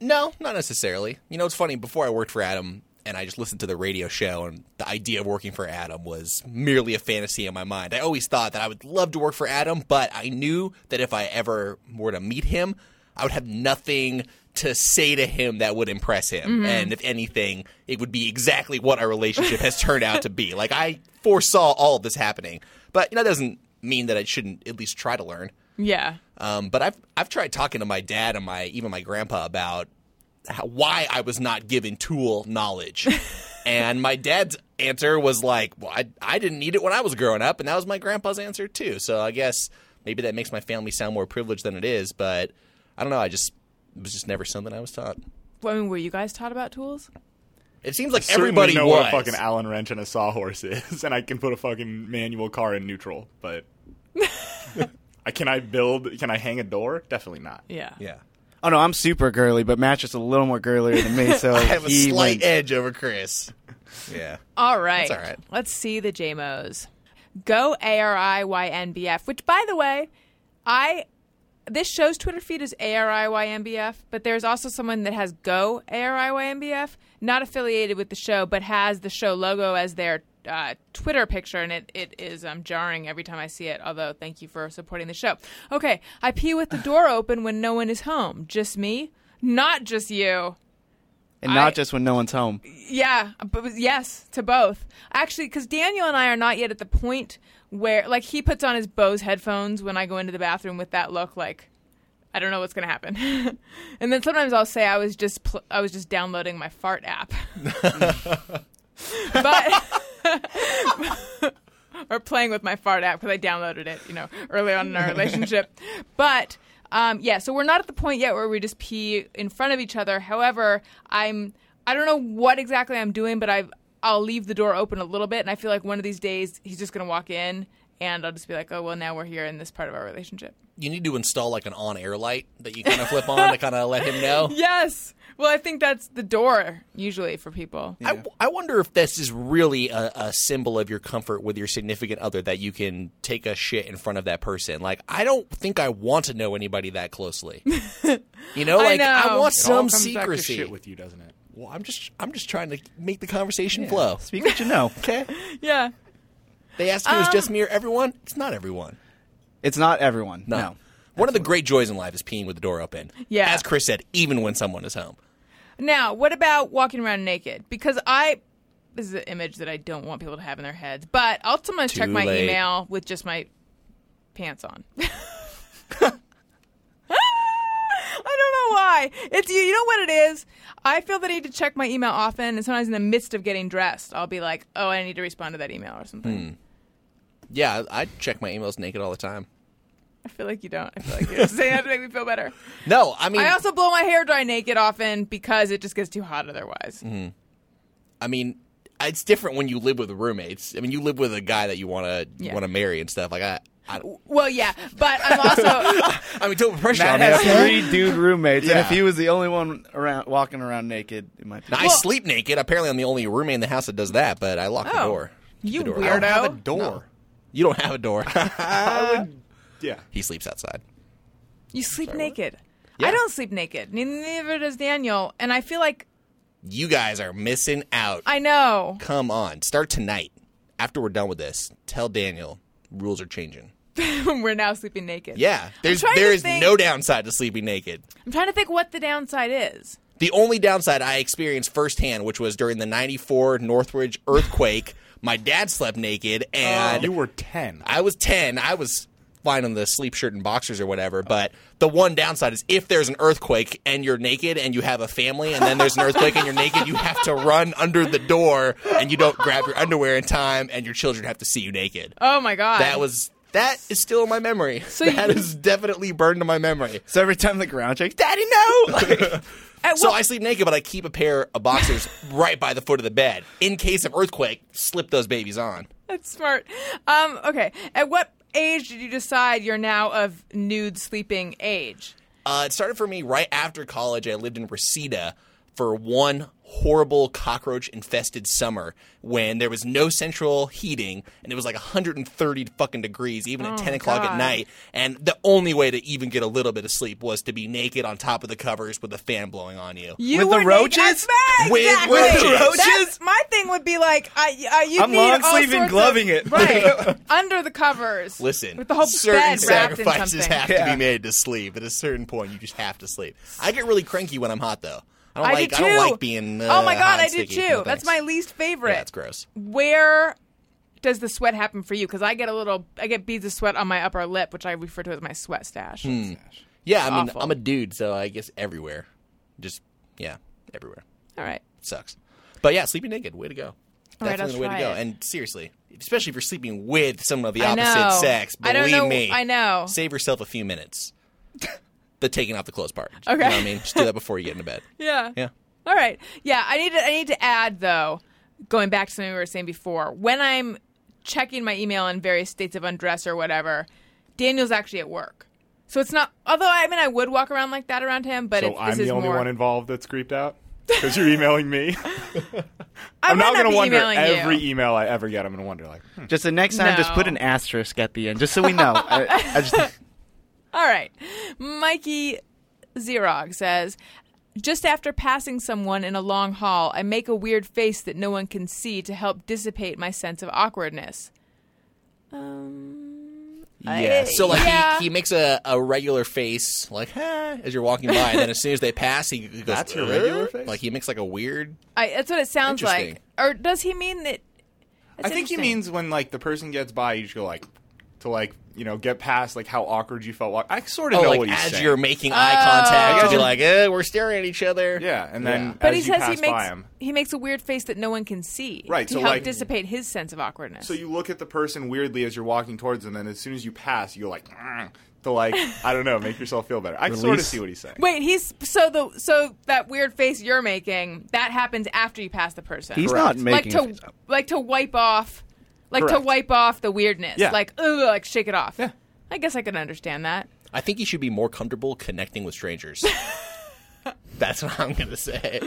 No, not necessarily. You know, it's funny. Before I worked for Adam, and I just listened to the radio show, and the idea of working for Adam was merely a fantasy in my mind. I always thought that I would love to work for Adam, but I knew that if I ever were to meet him, I would have nothing to say to him that would impress him. And if anything, it would be exactly what our relationship has turned out to be. Like, I foresaw all of this happening. But, you know, that doesn't mean that I shouldn't at least try to learn.
Yeah.
Um, but I've I've tried talking to my dad and my even my grandpa about how, why I was not given tool knowledge, and my dad's answer was like, "Well, I I didn't need it when I was growing up," and that was my grandpa's answer too. So I guess maybe that makes my family sound more privileged than it is, but I don't know. I just it was just never something I was taught.
Well, I mean, were you guys taught about tools?
It seems like
Certainly
everybody
know
was.
what a fucking Allen wrench and a sawhorse is, and I can put a fucking manual car in neutral, but I can I build? Can I hang a door? Definitely not.
Yeah.
yeah,
oh no, I'm super girly, but Matt's just a little more girlier than me, so
I have a
he
slight
wins.
edge over Chris. Yeah.
All right.
all right.
Let's see the JMOs. Go A R I Y N B F, which by the way, I this show's Twitter feed is A R I Y N B F, but there's also someone that has Go A R I Y N B F, not affiliated with the show, but has the show logo as their uh, Twitter picture, and it, it is um, jarring every time I see it. Although, thank you for supporting the show. Okay, I pee with the door open when no one is home. Just me? Not just you.
and not
I-
just when no one's home.
Yeah, but yes to both. Actually, because Daniel and I are not yet at the point where, like, he puts on his Bose headphones when I go into the bathroom with that look, like, I don't know what's gonna happen. and then sometimes I'll say I was just pl- I was just downloading my fart app, but or playing with my fart app because I downloaded it, you know, early on in our relationship. But um, yeah, so we're not at the point yet where we just pee in front of each other. However, I'm I don't know what exactly I'm doing, but I've I'll leave the door open a little bit, and I feel like one of these days he's just gonna walk in and I'll just be like, oh well, now we're here in this part of our relationship.
You need to install like an on-air light that you kind of flip on to kind of let him know.
Yes. Well, I think that's the door usually for people.
I, I wonder if this is really a, a symbol of your comfort with your significant other that you can take a shit in front of that person. Like, I don't think I want to know anybody that closely. You know,
I
like I, want
know.
It all
some
comes back to
secrecy.
shit with you, doesn't it?
well, I'm just I'm just trying to make the conversation flow.
Speak what you know.
Okay,
Yeah.
they asked if it was
Um,
just me or everyone. It's not everyone.
It's not everyone.
No.
No.
One of the great joys in life is peeing with the door open.
Yeah.
As Chris said, even when someone is home.
Now, what about walking around naked? Because I this is an image that I don't want people to have in their heads, but I'll sometimes check my
late.
email with just my pants on. I don't know why. It's you, you know what it is? I feel the need to check my email often, and sometimes in the midst of getting dressed, I'll be like, "Oh, I need to respond to that email or something."
Yeah, I I check my emails naked all the time.
I feel like you don't. I feel like you're just saying that to make me feel better.
No, I mean,
I also blow my hair dry naked often because it just gets too hot otherwise.
I mean, it's different when you live with roommates. I mean, you live with a guy that you want to
Yeah.
want to marry and stuff. Like I, I,
Well, yeah, but I'm also
I mean, don't put pressure
Matt
on me.
has three dude roommates, and
Yeah.
if he was the only one around walking around naked, it might be.
I sleep naked. Apparently, I'm the only roommate in the house that does that. But I lock the
Oh,
door. Keep
you
the door
weirdo.
locked.
No.
The door.
You don't have a door.
Yeah.
he sleeps outside.
you sleep naked.
Yeah.
I don't sleep naked. Neither- Neither does Daniel. And I feel like
You guys are missing out.
I know.
Come on, start tonight. After we're done with this, tell Daniel rules are changing.
We're now sleeping naked.
Yeah, there's
trying to
there is
think-
no downside to sleeping naked.
I'm trying to think what the downside is.
The only downside I experienced firsthand, which was during the '94 Northridge earthquake, my dad slept naked, and
Oh.
You were 10.
I was 10. I was fine on the sleep shirt and boxers or whatever. But the one downside is if there's an earthquake and you're naked and you have a family and then there's an earthquake and you're naked, you have to run under the door and you don't grab your underwear in time and your children have to see you naked.
Oh my god.
That was. That is still in my memory.
So
that
you-
is definitely burned to my memory.
So every time the ground shakes,
Daddy, no!
At
so
what-
I sleep naked, but I keep a pair of boxers right by the foot of the bed. In case of earthquake, slip those babies on.
That's smart. Um, okay. At what age did you decide you're now of nude sleeping age?
Uh, it started for me right after college. I lived in Reseda for one horrible cockroach infested summer when there was no central heating and it was like 130 fucking degrees even at 10 o'clock at
God.
night and the only way to even get a little bit of sleep was to be naked on top of the covers with a fan blowing on you
You
With the
were naked-
roaches?
That's-
With-
exactly.
with the
That's-
roaches?
my thing would be like, I, I you
I'm
need
long
all
sleeve and
sorts of-
gloving it.
right under the covers.
Listen,
with the whole
certain
bed wrapped in
sacrifices
something.
have to
Yeah.
be made to sleep. At a certain point, you just have to sleep. I get really cranky when I'm hot, though. I don't
I
like.
did
I
too.
don't like being. Uh,
oh my
hot
god,
and
I did
sticky.
too.
No
That's
thanks.
my least favorite.
Yeah, that's gross.
Where does the sweat happen for you? Because I get a little, I get beads of sweat on my upper lip, which I refer to as my sweat stash.
Hmm. Yeah, I mean,
awful.
I'm a dude, so I guess everywhere, just yeah, everywhere
All right.
sucks. But yeah, sleeping naked, way to go.
All right, I'll
Definitely the way
try
to go.
it.
And seriously, especially if you're sleeping with someone of the
I
opposite
know.
sex,
I
believe
don't know-
me,
I know.
Save yourself a few minutes. the taking off the clothes part. You
Okay.
know what I mean, just do that before you get into bed.
Yeah.
Yeah.
All right. Yeah, I need to, I need to add though, going back to something we were saying before. When I'm checking my email in various states of undress or whatever, Daniel's actually at work. So it's not. Although I mean, I would walk around like that around him, but
So
it's,
I'm
this is
the only
more,
one involved that's creeped out because you're emailing me. I'm
might
not
not
gonna
be
wonder
emailing you.
every email I ever get. I'm gonna wonder like, hmm,
just the next time, just
No.
put an asterisk at the end, just so we know. I, I just,
All right. Mikey Xerog says, just after passing someone in a long hall, I make a weird face that no one can see to help dissipate my sense of awkwardness. Um,
Yeah. So like
yeah.
he, he makes a, a regular face like
Uh,
"Huh," as you're walking by, and then as soon as they pass, he goes.
That's your regular
"Huh?"
face?
Like he makes like a weird.
I, that's what it sounds
Interesting.
like. Or does he mean that?
I think he
interesting.
means when like the person gets by, you just go like to like you know get past like how awkward you felt. Walk- I sort of know
like
what he's
as
saying.
you're making eye contact,
Oh.
to be like, eh, we're staring at each other.
yeah, and then
Yeah.
But
as
he
you
says
pass
he
by
makes
him,
he makes a weird face that no one can see
Right,
to
so,
help
like-
dissipate his sense of awkwardness.
so you look at the person weirdly as you're walking towards them, and as soon as you pass, you go like "Mm," to like I don't know, make yourself feel better. I sort of
Release.
see what he's saying.
Wait, he's so the so that weird face you're making that happens after you pass the person.
he's not
Correct.
making.
like
a
to
face.
like to wipe off like to
Correct.
wipe off the weirdness,
Yeah.
like ugh, like shake it off. Yeah, I guess I could understand that.
I think you should be more comfortable connecting with strangers. That's what I'm gonna say.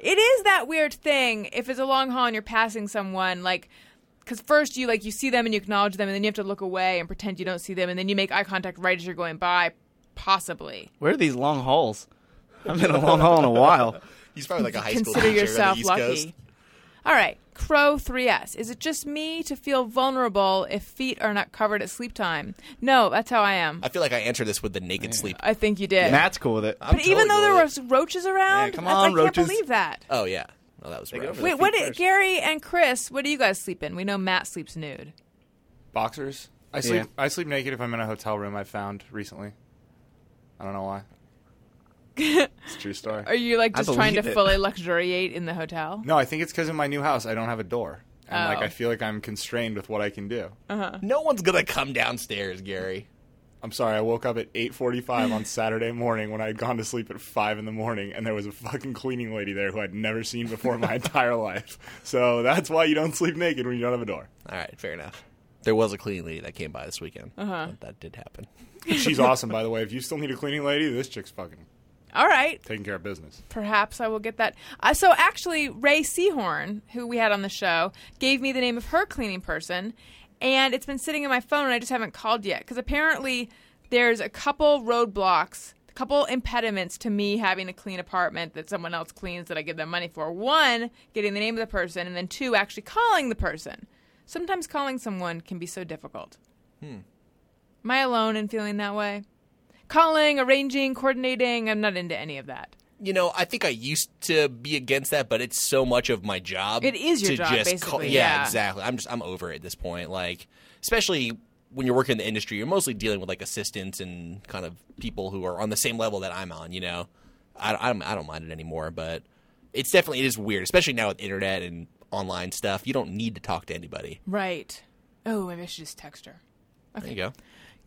It is that weird thing if it's a long haul and you're passing someone like because first you like you see them and you acknowledge them and then you have to look away and pretend you don't see them and then you make eye contact right as you're going by possibly
Where are these long hauls? I've been a long haul in a while.
He's probably like a high school
consider
teacher on
yourself
the East
lucky
Coast.
all right crow 3s is it just me to feel vulnerable if feet are not covered at sleep time no that's how i am
I feel like I answered this with the naked sleep.
i think you did
Matt's cool with it.
I'm
but
totally
even though there
with it.
was roaches around
Yeah, come
that's-
on,
i
roaches.
can't believe that
oh yeah, well that was rough.
wait what did, gary and chris what do you guys sleep in we know matt sleeps nude
Boxers. I
Yeah.
sleep. I sleep naked if I'm in a hotel room. I've found recently. I don't know why. it's a true story.
Are you like
I
just trying
believe
to
it.
fully luxuriate in the hotel?
No, I think it's because in my new house I don't have a door, and like
Oh.
I feel like I'm constrained with what I can do.
No one's gonna come downstairs, Gary.
I'm sorry. I woke up at 8:45 on Saturday morning when I had gone to sleep at five in the morning, and there was a fucking cleaning lady there who I'd never seen before in my entire life. So that's why you don't sleep naked when you don't have a door.
All right, fair enough. There was a cleaning lady that came by this weekend. Uh-huh. That did happen.
She's awesome, by the way. If you still need a cleaning lady, this chick's fucking
All right,
taking care of business.
perhaps I will get that. Uh, so actually, Ray Seahorn, who we had on the show, gave me the name of her cleaning person, and it's been sitting in my phone, and I just haven't called yet because apparently there's a couple roadblocks, a couple impediments to me having a clean apartment that someone else cleans that I give them money for. One, getting the name of the person, and then two, actually calling the person. Sometimes calling someone can be so difficult. Hmm. Am I alone in feeling that way? Calling, arranging, coordinating, I'm not into any of that.
You know, I think I used to be against that, but it's so much of my job.
It is your
to
job,
just
basically,
call-
yeah.
exactly. I'm just I'm over it at this point. Like, especially when you're working in the industry, you're mostly dealing with like assistants and kind of people who are on the same level that I'm on. You know, I I don't, I don't mind it anymore, but it's definitely it is weird, especially now with internet and online stuff. You don't need to talk to anybody.
Right. Oh, maybe I should just text her.
There you go.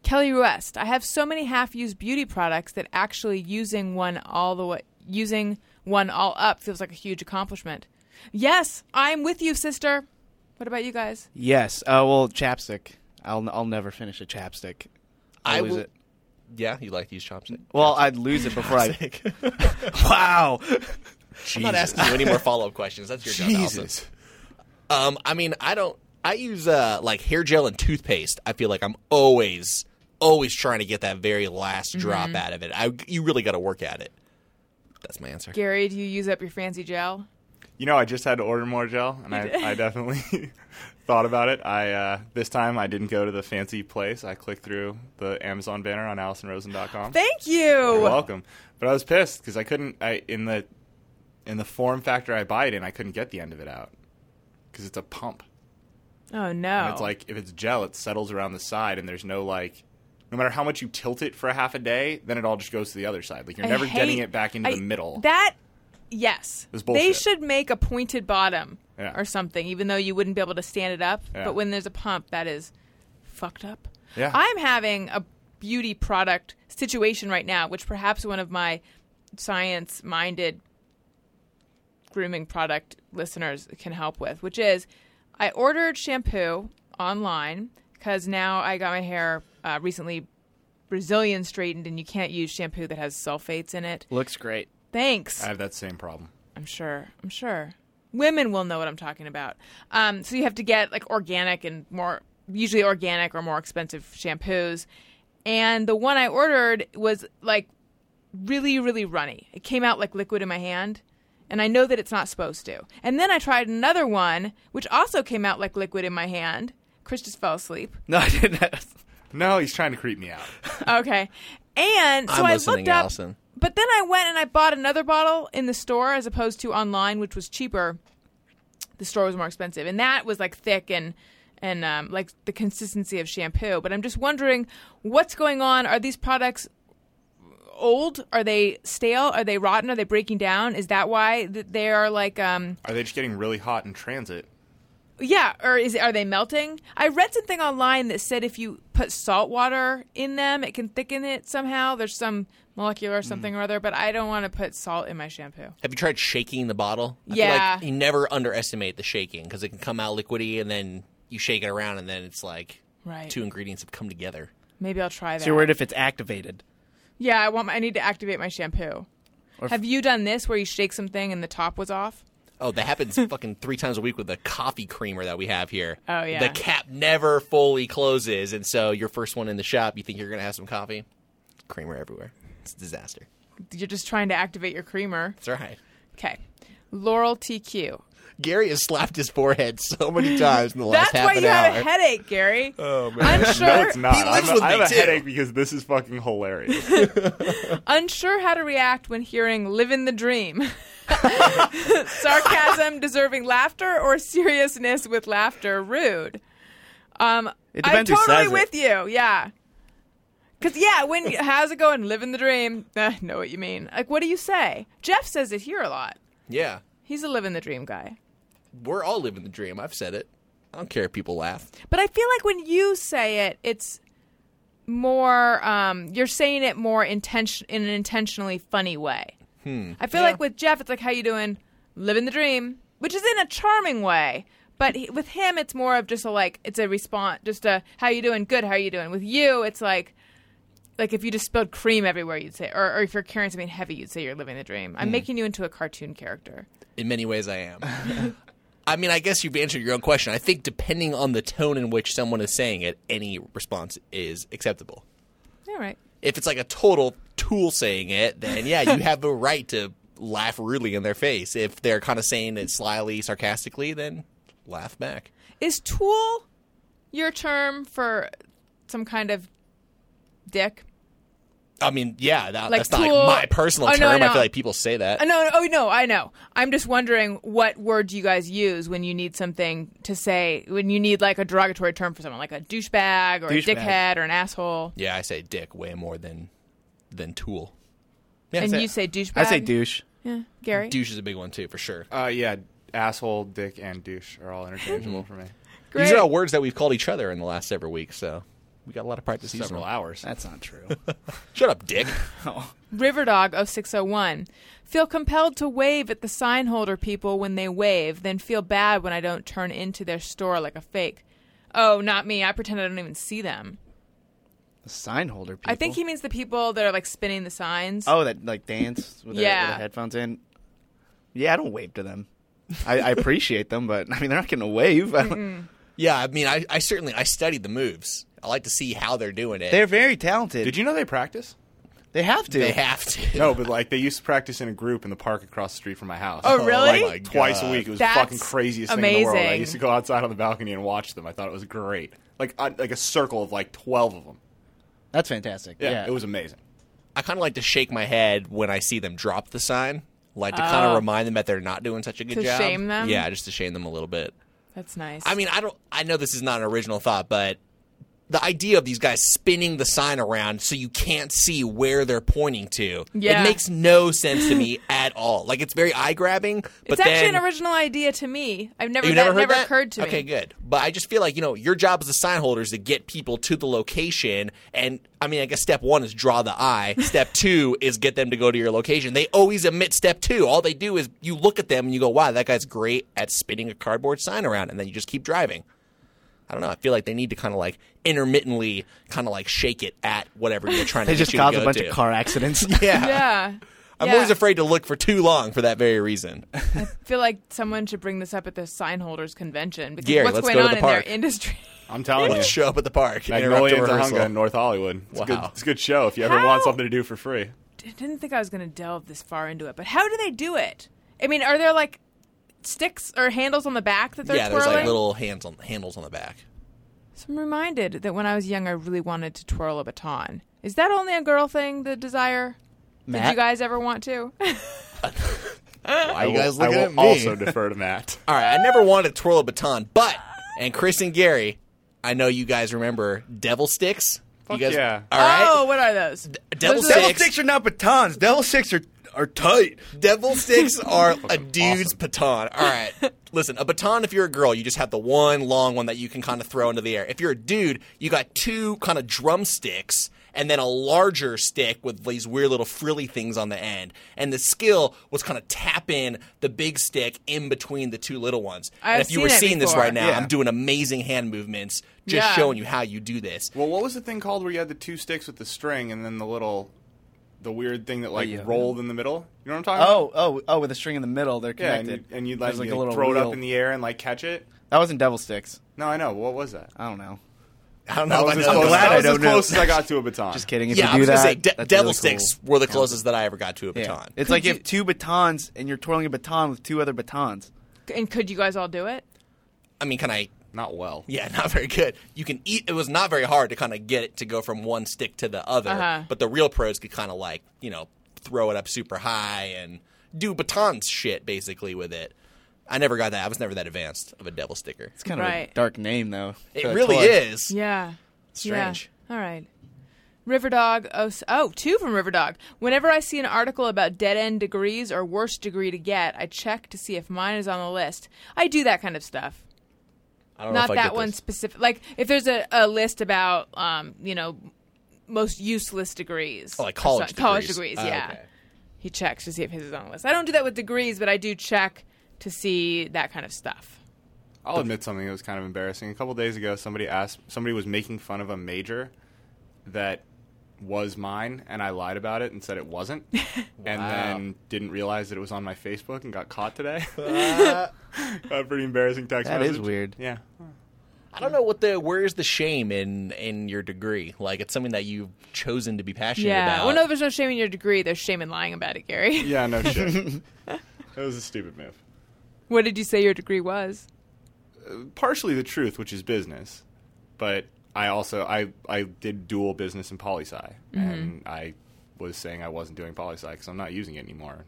Kelly West, I have so many half-used beauty products that actually using one all the way, using one all up feels like a huge accomplishment. Yes, I'm with you, sister. What about you guys?
Yes. Uh, well, chapstick. I'll I'll never finish a chapstick.
I
lose
will-
it.
Yeah, you like these chopsticks.
Well, I'd lose it before I. wow.
I'm not asking you any more follow up questions. That's your job, Allison.
Jesus.
Um, I mean, I don't. I use uh like hair gel and toothpaste. I feel like I'm always, always trying to get that very last
Mm-hmm.
drop out of it. I you really got to work at it. That's my answer.
Gary, do you use up your fancy gel?
You know, I just had to order more gel, and I, I definitely thought about it. I uh, this time I didn't go to the fancy place. I clicked through the Amazon banner on AllisonRosen.com.
Thank you.
You're welcome. But I was pissed because I couldn't. I in the in the form factor I buy it in, I couldn't get the end of it out because it's a pump.
Oh no.
And it's like if it's gel, it settles around the side, and there's no like. No matter how much you tilt it for a half a day, then it all just goes to the other side. Like you're
I
never getting
hate-
it back into
I-
the middle.
That yes,
It's bullshit.
they should make a pointed bottom
Yeah.
or something, even though you wouldn't be able to stand it up.
Yeah.
But when there's a pump, that is fucked up.
Yeah.
I'm having a beauty product situation right now, which perhaps one of my science-minded grooming product listeners can help with, which is I ordered shampoo online because now I got my hair uh, recently Brazilian straightened, and you can't use shampoo that has sulfates in it.
Looks great.
Thanks.
I have that same problem.
I'm sure. I'm sure. Women will know what I'm talking about. Um, so you have to get like organic and more, usually organic or more expensive shampoos. And the one I ordered was like really, really runny. It came out like liquid in my hand. And I know that it's not supposed to. And then I tried another one, which also came out like liquid in my hand. Chris just fell asleep.
No, I didn't.
No, he's trying to creep me out.
Okay. And so
I'm
I
listening,
looked up.
Allison.
But then I went and I bought another bottle in the store as opposed to online, which was cheaper. The store was more expensive, and that was like thick and and um, like the consistency of shampoo. But I'm just wondering what's going on. Are these products old? Are they stale? Are they rotten? Are they breaking down? Is that why th- they are like um,
Are they just getting really hot in transit?
yeah, or is are they melting? I read something online that said if you put salt water in them, it can thicken it somehow. There's some molecular or
Hmm.
something or other, but I don't want to put salt in my shampoo.
Have you tried shaking the bottle? I
Yeah.
Feel like you never underestimate the shaking because it can come out liquidy and then you shake it around and then it's like
Right.
two ingredients have come together.
Maybe I'll try that.
So you're worried if it's activated.
yeah, I want. My, I need to activate my shampoo. Have you done this where you shake something and the top was off?
Oh, that happens fucking three times a week with the coffee creamer that we have here.
Oh, yeah.
The cap never fully closes. And so your first one in the shop, you think you're going to have some coffee? Creamer everywhere. It's a disaster.
You're just trying to activate your creamer.
That's right.
Okay, Laurel TQ.
Gary has slapped his forehead so many times in the last
That's
half
why
an
you
hour.
have a headache, Gary.
Oh man.
I'm sure.
No, it's not.
He lives
I'm-
with
I have
me,
a
too.
headache because this is fucking hilarious.
unsure how to react when hearing living the dream. Sarcasm deserving laughter or seriousness with laughter rude. Um,
It depends who
I'm totally
says it.
with you. Yeah. Cause yeah, when how's it going? Living the dream. I know what you mean. Like, what do you say? Jeff says it here a lot.
yeah.
He's a living the dream guy.
We're all living the dream. I've said it. I don't care if people laugh.
But I feel like when you say it, it's more um, you're saying it more intention in an intentionally funny way. I feel like with Jeff, it's like how you doing, living the dream, which is in a charming way. But he, with him, it's more of just a like it's a response, just a how you doing, good, how you doing. With you, it's like like if you just spilled cream everywhere, you'd say, or, or if you're carrying something heavy, you'd say you're living the dream. I'm making you into a cartoon character.
In many ways, I am. I mean, I guess you've answered your own question. I think depending on the tone in which someone is saying it, any response is acceptable.
All right.
If it's like a total tool saying it, then yeah, you have the right to laugh rudely in their face. If they're kind of saying it slyly, sarcastically, then laugh back.
Is tool your term for some kind of dick?
I mean, yeah, that,
Like
that's not
tool-
like my personal
Oh,
term.
no,
I
no.
feel like people say that.
Uh, no, oh no, I know. I'm just wondering what word you guys use when you need something to say when you need like a derogatory term for someone, like a douchebag or a
Douchebag.
dickhead or an asshole.
Yeah, I say dick way more than than tool.
and
say-
you say douchebag.
I say douche.
Yeah, Gary.
Douche is a big one too, for sure.
Uh, yeah, asshole, dick, and douche are all interchangeable for me.
Great.
These are all words that we've called each other in the last several weeks, so we got a lot of practice. using
Several
them.
hours.
That's not true.
Shut up, dick.
Riverdog 0601. Feel compelled to wave at the sign holder people when they wave, then feel bad when I don't turn into their store like a fake. Oh, not me. I pretend I don't even see them.
the sign holder. People.
I think he means the people that are like spinning the signs.
Oh, that like dance with, their,
Yeah.
with their headphones in. Yeah, I don't wave to them. I, I appreciate them, but I mean they're not going to wave. I don't-
yeah, I mean, I, I certainly I studied the moves. I like to see how they're doing it.
they're very talented.
Did you know they practice?
They have to.
They have to.
No, but like they used to practice in a group in the park across the street from my house.
Oh, really?
my
Twice a
God.
week. It was
That's
the fucking craziest thing in the world. I
amazing.
used to go outside on the balcony and watch them. I thought it was great. Like I, like a circle of like 12 of them.
That's fantastic.
Yeah,
Yeah,
it was amazing.
I kind of like to shake my head when I see them drop the sign. Like to kind of remind them that they're not doing such a good
Oh. To
job.
shame them?
Yeah, just to shame them a little bit.
That's nice.
I mean, I don't. I know this is not an original thought, but the idea of these guys spinning the sign around so you can't see where they're pointing to.
Yeah.
It makes no sense to me at all. Like it's very eye grabbing. But
it's actually
then,
an original idea to me. I've never
You
that
never heard
never
that?
occurred to
Okay,
me.
good. But I just feel like you know your job as a sign holder is to get people to the location, and I mean, I guess step one is draw the eye. Step two is get them to go to your location. They always omit step two. All they do is you look at them and you go, "Wow, that guy's great at spinning a cardboard sign around," and then you just keep driving. I don't know. I feel like they need to kind of like intermittently, kind of like shake it at whatever you're trying
They
to.
just
get you to
caused a
go
bunch
to.
of car accidents.
Yeah.
Yeah.
I'm
Yeah.
always afraid to look for too long for that very reason.
I feel like someone should bring this up at the sign holders convention because
Gary,
what's
let's
going
go to
on
the
in
park.
their industry.
I'm telling you.
Show up at the park. interrupt
Magnolia
a
and
rehearsal.
Tahunga in North Hollywood. It's, a good,
Wow.
it's a good show if you ever
How?
want something to do for free.
I didn't think I was going to delve this far into it, but how do they do it? I mean, are there like sticks or handles on the back that they're
yeah, there's
twirling?
like little hands on handles on the back.
so I'm reminded that when I was young, I really wanted to twirl a baton. Is that only a girl thing? The desire? Did
Matt?
you guys ever want to?
Why
I
you
will-
guys
I
looking
will
at me?
also defer to Matt.
All right, I never wanted to twirl a baton, but and Chris and Gary, I know you guys remember devil sticks.
Fuck
you guys,
yeah.
All right,
Oh, what are those?
devil
Those are-
Devil
Six.
sticks are not batons. Devil sticks are are tight.
devil sticks are a dude's baton. All right, listen, a baton. If you're a girl, you just have the one long one that you can kind of throw into the air. If you're a dude, you got two kind of drumsticks. and then a larger stick with these weird little frilly things on the end. And the skill was kind of tap in the big stick in between the two little ones.
I've
and if you were
seen it
seeing this
before.
right now,
Yeah.
I'm doing amazing hand movements, just
Yeah.
showing you how you do this.
Well, what was the thing called where you had the two sticks with the string and then the little, the weird thing that like
yeah.
rolled in the middle? You know what I'm talking about?
Oh, oh, oh! With a string in the middle, they're
yeah, and, you,
connected.
and you'd
There's
like, you, like, throw it
wheel.
up in the air and like catch it.
That wasn't devil sticks.
No, I know. What was that?
I don't know.
I don't know.
That was
if
as
I know
close-
glad
that
I
was
don't
as
know.
close as I got to a baton.
Just kidding. If
yeah,
you
I
do
was
that,
gonna say de-
that's
devil
really
sticks
cool.
were the closest that I ever got to a
Yeah.
baton.
It's like you have two batons and you're twirling a baton with two other batons.
And could you guys all do it?
I mean, can I?
Not well.
Yeah, not very good. You can eat. It was not very hard to kind of get it to go from one stick to the other.
Uh-huh.
But the real pros could kind of like you know throw it up super high and do baton shit basically with it. I never got that. I was never that advanced of a devil sticker.
It's kind of a
Right.
dark name though.
It
for a
really
toy.
is.
Yeah.
Strange.
Yeah. All right. Riverdog. Oh, s- oh, two from Riverdog. Whenever I see an article about dead end degrees or worst degree to get, I check to see if mine is on the list. I do that kind of stuff.
I don't know
Not
if I
that
get
one
this.
specific. Like if there's a, a list about, um, you know, most useless degrees.
Oh, like college
Or so- college
degrees.
degrees.
Oh,
yeah.
okay.
He checks to see if his is on the list. I don't do that with degrees, but I do check to see that kind of stuff.
I'll admit something that was kind of embarrassing. A couple days ago, somebody asked, somebody was making fun of a major that was mine, and I lied about it and said it wasn't, and then didn't realize that it was on my Facebook and got caught today. got a pretty embarrassing text.
That is
message.
weird.
Yeah.
I don't know what the where is the shame in in your degree? Like it's something that you've chosen to be passionate
yeah.
about.
Well, no, there's no shame in your degree. There's shame in lying about it, Gary.
Yeah. No shit. that was a stupid move.
What did you say your degree was?
Partially the truth, which is business, but I also I I did dual business and poli sci,
Mm-hmm.
and I was saying I wasn't doing poli sci because I'm not using it anymore.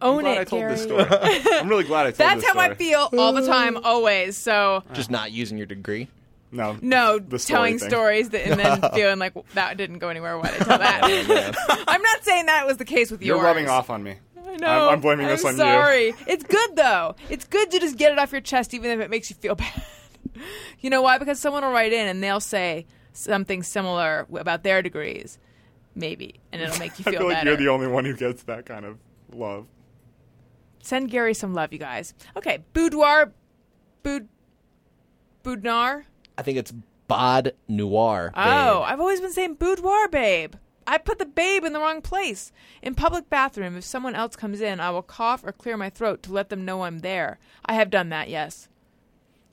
Own
glad
it,
I told
Gary.
this story. I'm really glad I told
That's
this
how
story.
I feel all the time, always. So
just not using your degree.
No,
no
the story
telling
thing.
stories that, and then feeling like that didn't go anywhere. Why did I tell that? I'm not saying that was the case with
You're
yours.
rubbing off on me.
I know.
I'm, I'm blaming this
I'm
on you.
sorry. It's good though. It's good to just get it off your chest, even if it makes you feel bad. you know why? Because someone will write in and they'll say something similar about their degrees, maybe, and it'll make you
I
feel,
feel like
better.
you're the only one who gets that kind of love.
Send Gary some love, you guys. Okay, boudoir, boud, boudnar.
I think it's bod noir.
Oh,
babe.
I've always been saying boudoir, babe. I put the babe in the wrong place. In public bathroom, if someone else comes in, I will cough or clear my throat to let them know I'm there. I have done that, yes.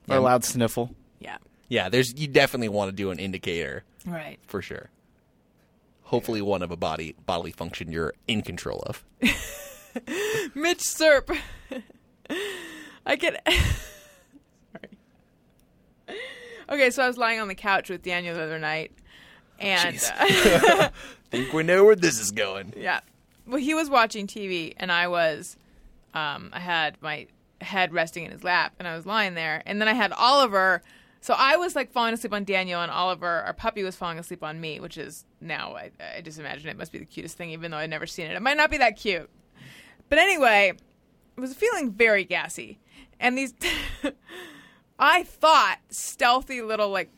Or a loud sniffle.
Yeah.
yeah. There's you definitely want to do an indicator.
Right.
for sure. Hopefully, one of a body bodily function you're in control of.
Mitch Serp. I get. Sorry. Okay, so I was lying on the couch with Daniel the other night, and uh,
Think we know where this is going?
yeah, well, he was watching TV and I was, um, I had my head resting in his lap and I was lying there, and then I had Oliver. So I was like falling asleep on Daniel, and Oliver, our puppy, was falling asleep on me, which is now I, I just imagine it must be the cutest thing, even though I'd never seen it. It might not be that cute, but anyway, I was feeling very gassy, and these, I thought stealthy little like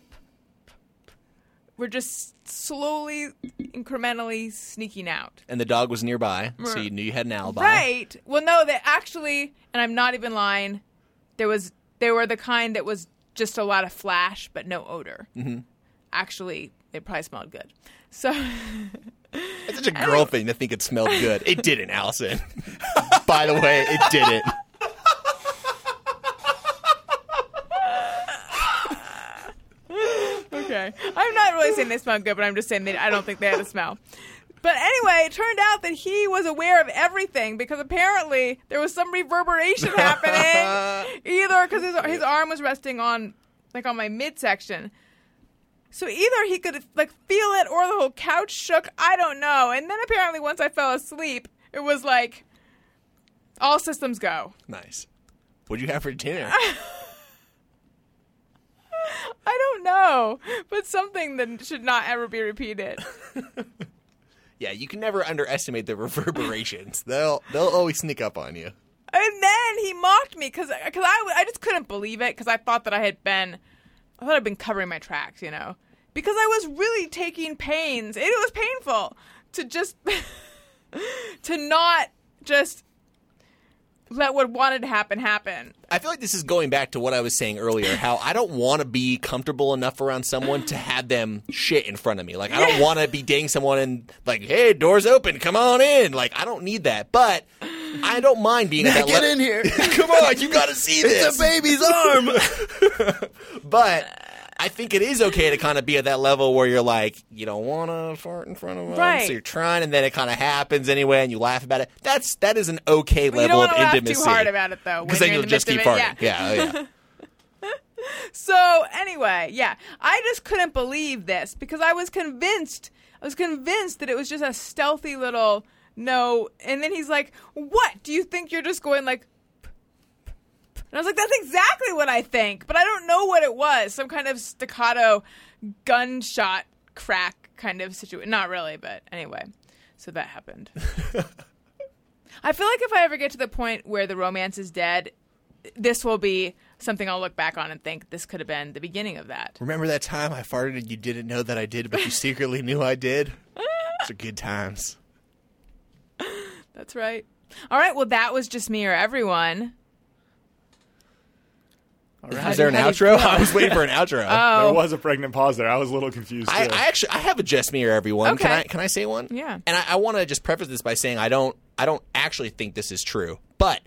were just slowly, incrementally sneaking out.
And the dog was nearby, so you knew you had an alibi.
Right. Well, no, they actually, and I'm not even lying. There was they were the kind that was just a lot of flash but no odor. Mm-hmm. Actually, they probably smelled good. So
It's such a girl thing to think it smelled good. It didn't, Allison. By the way, it didn't.
okay, I'm not really saying they smelled good, but I'm just saying that I don't think they had a smell. But anyway, it turned out that he was aware of everything because apparently there was some reverberation happening, either because his, his arm was resting on like on my midsection. So either he could like feel it or the whole couch shook. I don't know. And then apparently once I fell asleep, it was like all systems go.
Nice. What'd you have for dinner?
I don't know, but something that should not ever be repeated.
yeah, you can never underestimate the reverberations. They'll they'll always sneak up on you.
And then he mocked me because I, I just couldn't believe it because I thought that I had been, I thought I'd been covering my tracks, you know. because I was really taking pains. It was painful to just to not just let what wanted to happen happen.
I feel like this is going back to what I was saying earlier. How I don't want to be comfortable enough around someone to have them shit in front of me. Like I don't want to be dating someone and like, hey, doors open, come on in. Like I don't need that, but I don't mind being at that
Get
level.
in here.
Come on, you got to see this.
It's a baby's arm.
but I think it is okay to kind of be at that level where you're like, you don't want to fart in front of them,
Right.
so you're trying, and then it kind of happens anyway, and you laugh about it. That's that is an okay
you
level
don't
of
want to laugh
intimacy.
too hard about it though,
because
because
then you'll just keep farting. Yeah, oh, yeah. yeah.
So anyway, yeah, I just couldn't believe this because I was convinced. I was convinced that it was just a stealthy little no. And then he's like, "What do you think you're just going like?" p- p- p-" And I was like, "That's exactly what I think," but I don't know what it was. Some kind of staccato gunshot crack kind of situation. Not really, but anyway. So that happened. I feel like if I ever get to the point where the romance is dead, this will be something I'll look back on and think this could have been the beginning of that.
Remember that time I farted and you didn't know that I did, but you secretly knew I did? Those are good times.
That's right. All right. Well, that was just me or everyone.
Is there an outro? I was waiting for an
Oh.
outro.
There was a pregnant pause there. I was a little confused.
I,
too.
I actually I have a just me or everyone. Can
Okay.
I can I say one?
Yeah.
And I, I want to just preface this by saying I don't I don't actually think this is true, but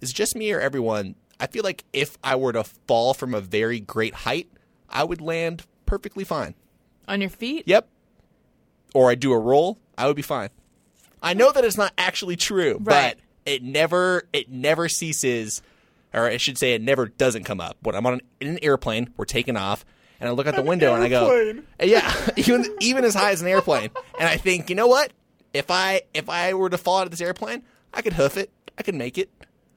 it's just me or everyone. I feel like if I were to fall from a very great height, I would land perfectly fine.
On your feet?
Yep. Or I do a roll, I would be fine. I know that it's not actually true,
Right.
but it never it never ceases or I should say it never doesn't come up. When I'm on an, in an airplane, we're taking off, and I look out the window and I go
airplane.
Yeah, even even as high as an airplane. And I think, you know what? If I if I were to fall out of this airplane, I could hoof it. I could make it.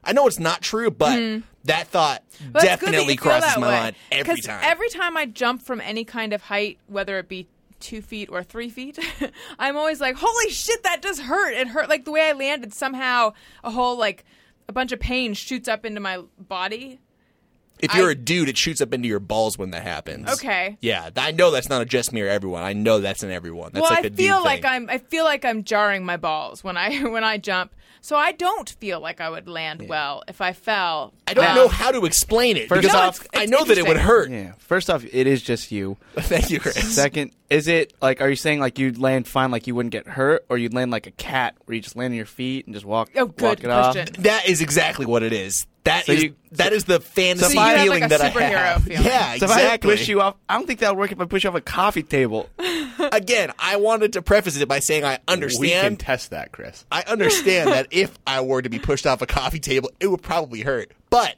I know it's not true, but that thought
Well, Hmm. it's good that
definitely
you feel
crosses
that
my
way,
mind every
'cause
time.
Every time I jump from any kind of height, whether it be two feet or three feet, I'm always like, "Holy shit, that just hurt! It hurt like the way I landed. Somehow, a whole like a bunch of pain shoots up into my body.
If you're a dude, it shoots up into your balls when that happens.
Okay.
Yeah, th- I know that's not a just me or everyone. I know that's an everyone. That's
well,
like
I
a dude
feel
thing.
like I'm I feel like I'm jarring my balls when I when I jump. So I don't feel like I would land well if I fell.
I don't
Um,
know how to explain it
First
because
No,
I-
it's-
it's
I know that it would
interesting.
hurt.
yeah. First off, it is just you.
Thank you, Chris.
Second, is it like are you saying like you'd land fine, like you wouldn't get hurt, or you'd land like a cat, where you just land on your feet and just walk?
Oh,
walk
good
it off?
question.
That is exactly what it is. That is
So you-
that is the fantasy
you have, like,
feeling
a
that I
superhero
have.
feeling.
Yeah,
So
exactly.
if I push you off, I don't think that'll work if I push you off a coffee table.
Again, I wanted to preface it by saying I
we can
understand.
test that, Chris.
I understand that if I were to be pushed off a coffee table, it would probably hurt. But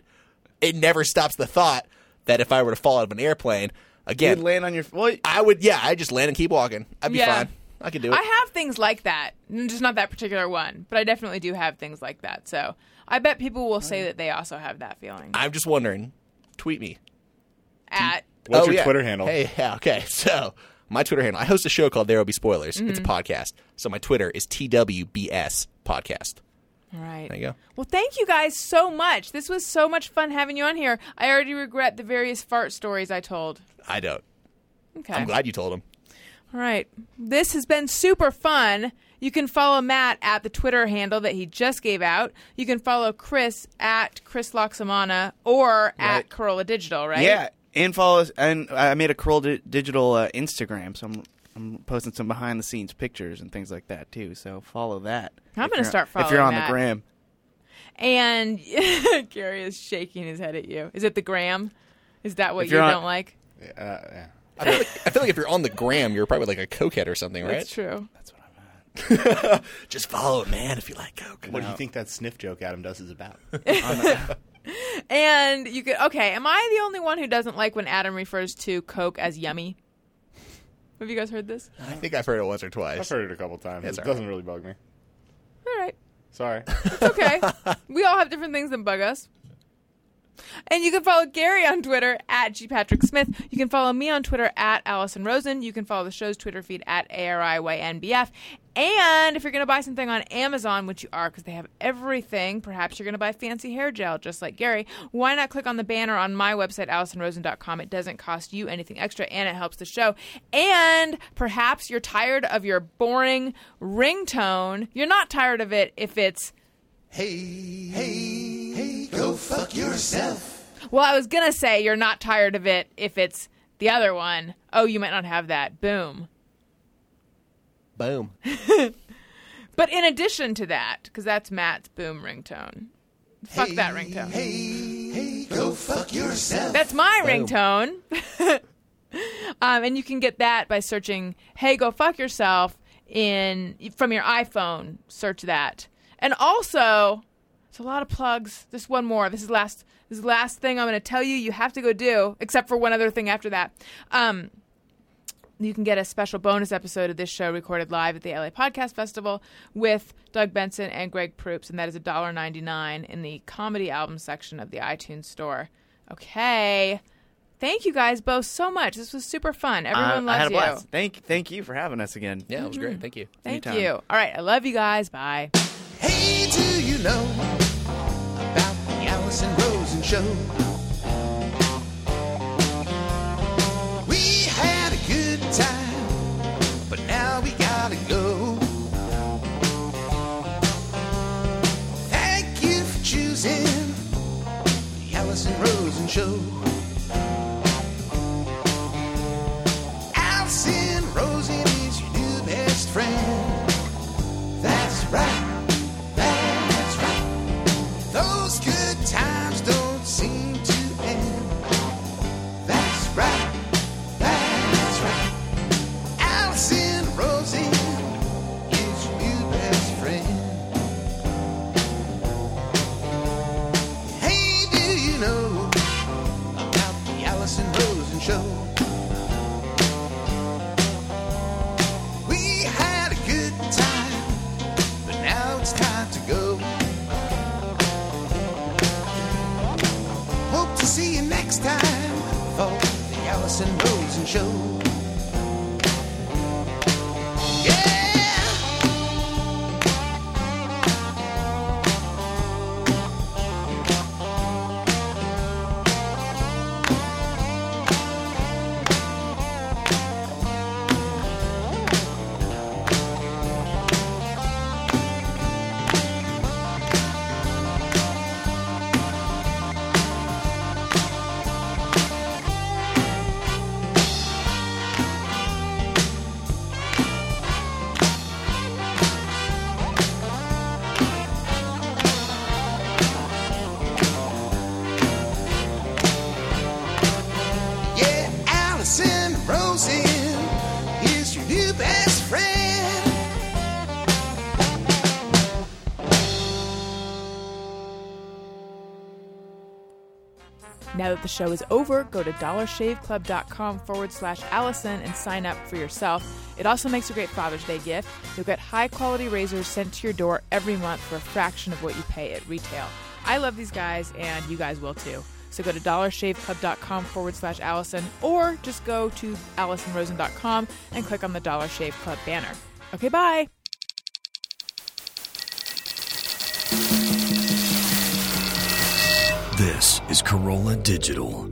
it never stops the thought that if I were to fall out of an airplane, again,
You'd land on your well,
I would, yeah, I just land and keep walking. I'd be
Yeah.
fine. I could do it.
I have things like that, n- just not that particular one, but I definitely do have things like that. So I bet people will say that they also have that feeling.
I'm just wondering. Tweet me.
At
What's
Oh,
your
yeah.
Twitter handle?
Hey, yeah, okay. So my Twitter handle. I host a show called There Will Be Spoilers. It's a
Mm-hmm.
podcast. So my Twitter is TWBS podcast.
all right,
There you go.
Well, thank you guys so much. This was so much fun having you on here. I already regret the various fart stories I told.
I don't.
Okay.
I'm glad you told him.
All right. This has been super fun. You can follow Matt at the Twitter handle that he just gave out. You can follow Chris at Chris Loxamana or at Corolla Digital, right?
yeah, and follow us. And I made a Curl di- Digital uh, Instagram, so I'm I'm posting some behind the scenes pictures and things like that too. So follow that.
I'm
If
gonna
you're-
start
if you're
following
on
that.
the gram.
And Gary is shaking his head at you. Is it the gram? Is that what
If
you
you're on-
don't like?
Uh, yeah.
I feel, like, I feel like if you're on the gram, you're probably like a cokehead or something, right?
That's true.
Just follow it, man, if you like coke.
What do you think that sniff joke Adam does is about?
And you could okay, am I the only one who doesn't like when Adam refers to Coke as yummy? Have you guys heard this?
I think I've heard it once or twice.
I've heard it a couple times.
It's
it
all
doesn't really bug me.
All right.
Sorry.
It's okay. we all have different things that bug us. And you can follow Gary on Twitter at G Patrick Smith. You can follow me on Twitter at Allison Rosen. You can follow the show's Twitter feed at ARIYNBF. And if you're going to buy something on Amazon, which you are because they have everything, perhaps you're going to buy fancy hair gel just like Gary, why not click on the banner on my website, AllisonRosen.com? It doesn't cost you anything extra and it helps the show. And perhaps you're tired of your boring ringtone. You're not tired of it if it's
Hey, hey, go fuck yourself.
Well, I was gonna say you're not tired of it if it's the other one. Oh, you might not have that. Boom.
Boom.
But in addition to that, because that's Matt's boom ringtone. Fuck that ringtone.
Hey, go fuck yourself.
That's my ringtone. um, and you can get that by searching "Hey, go fuck yourself" in from your iPhone. Search that. And also, it's a lot of plugs. Just one more. This is last. This is the last thing I'm going to tell you. You have to go do, except for one other thing after that. Um, you can get a special bonus episode of this show recorded live at the LA Podcast Festival with Doug Benson and Greg Proops, and that is $1.99 in the comedy album section of the iTunes store. Okay. Thank you guys both so much. This was super fun. Everyone
I,
loves
I had a
you.
blast. Thank, thank you for having us again.
Yeah, it was great. Thank you.
Thank
Anytime.
you. All right. I love you guys. Bye.
Hey, do you know about the Allison Rosen show? We had a good time, but now we gotta go. Thank you for choosing the Allison Rosen show. Allison Rosen is your new best friend. That's right. That's right. Those good times don't seem to end. That's right. That's right. Allison Rosie is your new best friend. Hey, do you know about the Allison Rosen show? We had a good time but now it's time to go. Hope to see you next time for the Allison Rosen Show. Yeah! Yeah, Allison Rosen is your new best friend.
Now that the show is over, go to dollarshaveclub.com forward slash Allison and sign up for yourself. It also makes a great Father's Day gift. You'll get high quality razors sent to your door every month for a fraction of what you pay at retail. I love these guys, and you guys will too. So go to dollarshaveclub.com forward slash Allison, or just go to AllisonRosen.com and click on the Dollar Shave Club banner. Okay, bye.
This is Corolla Digital.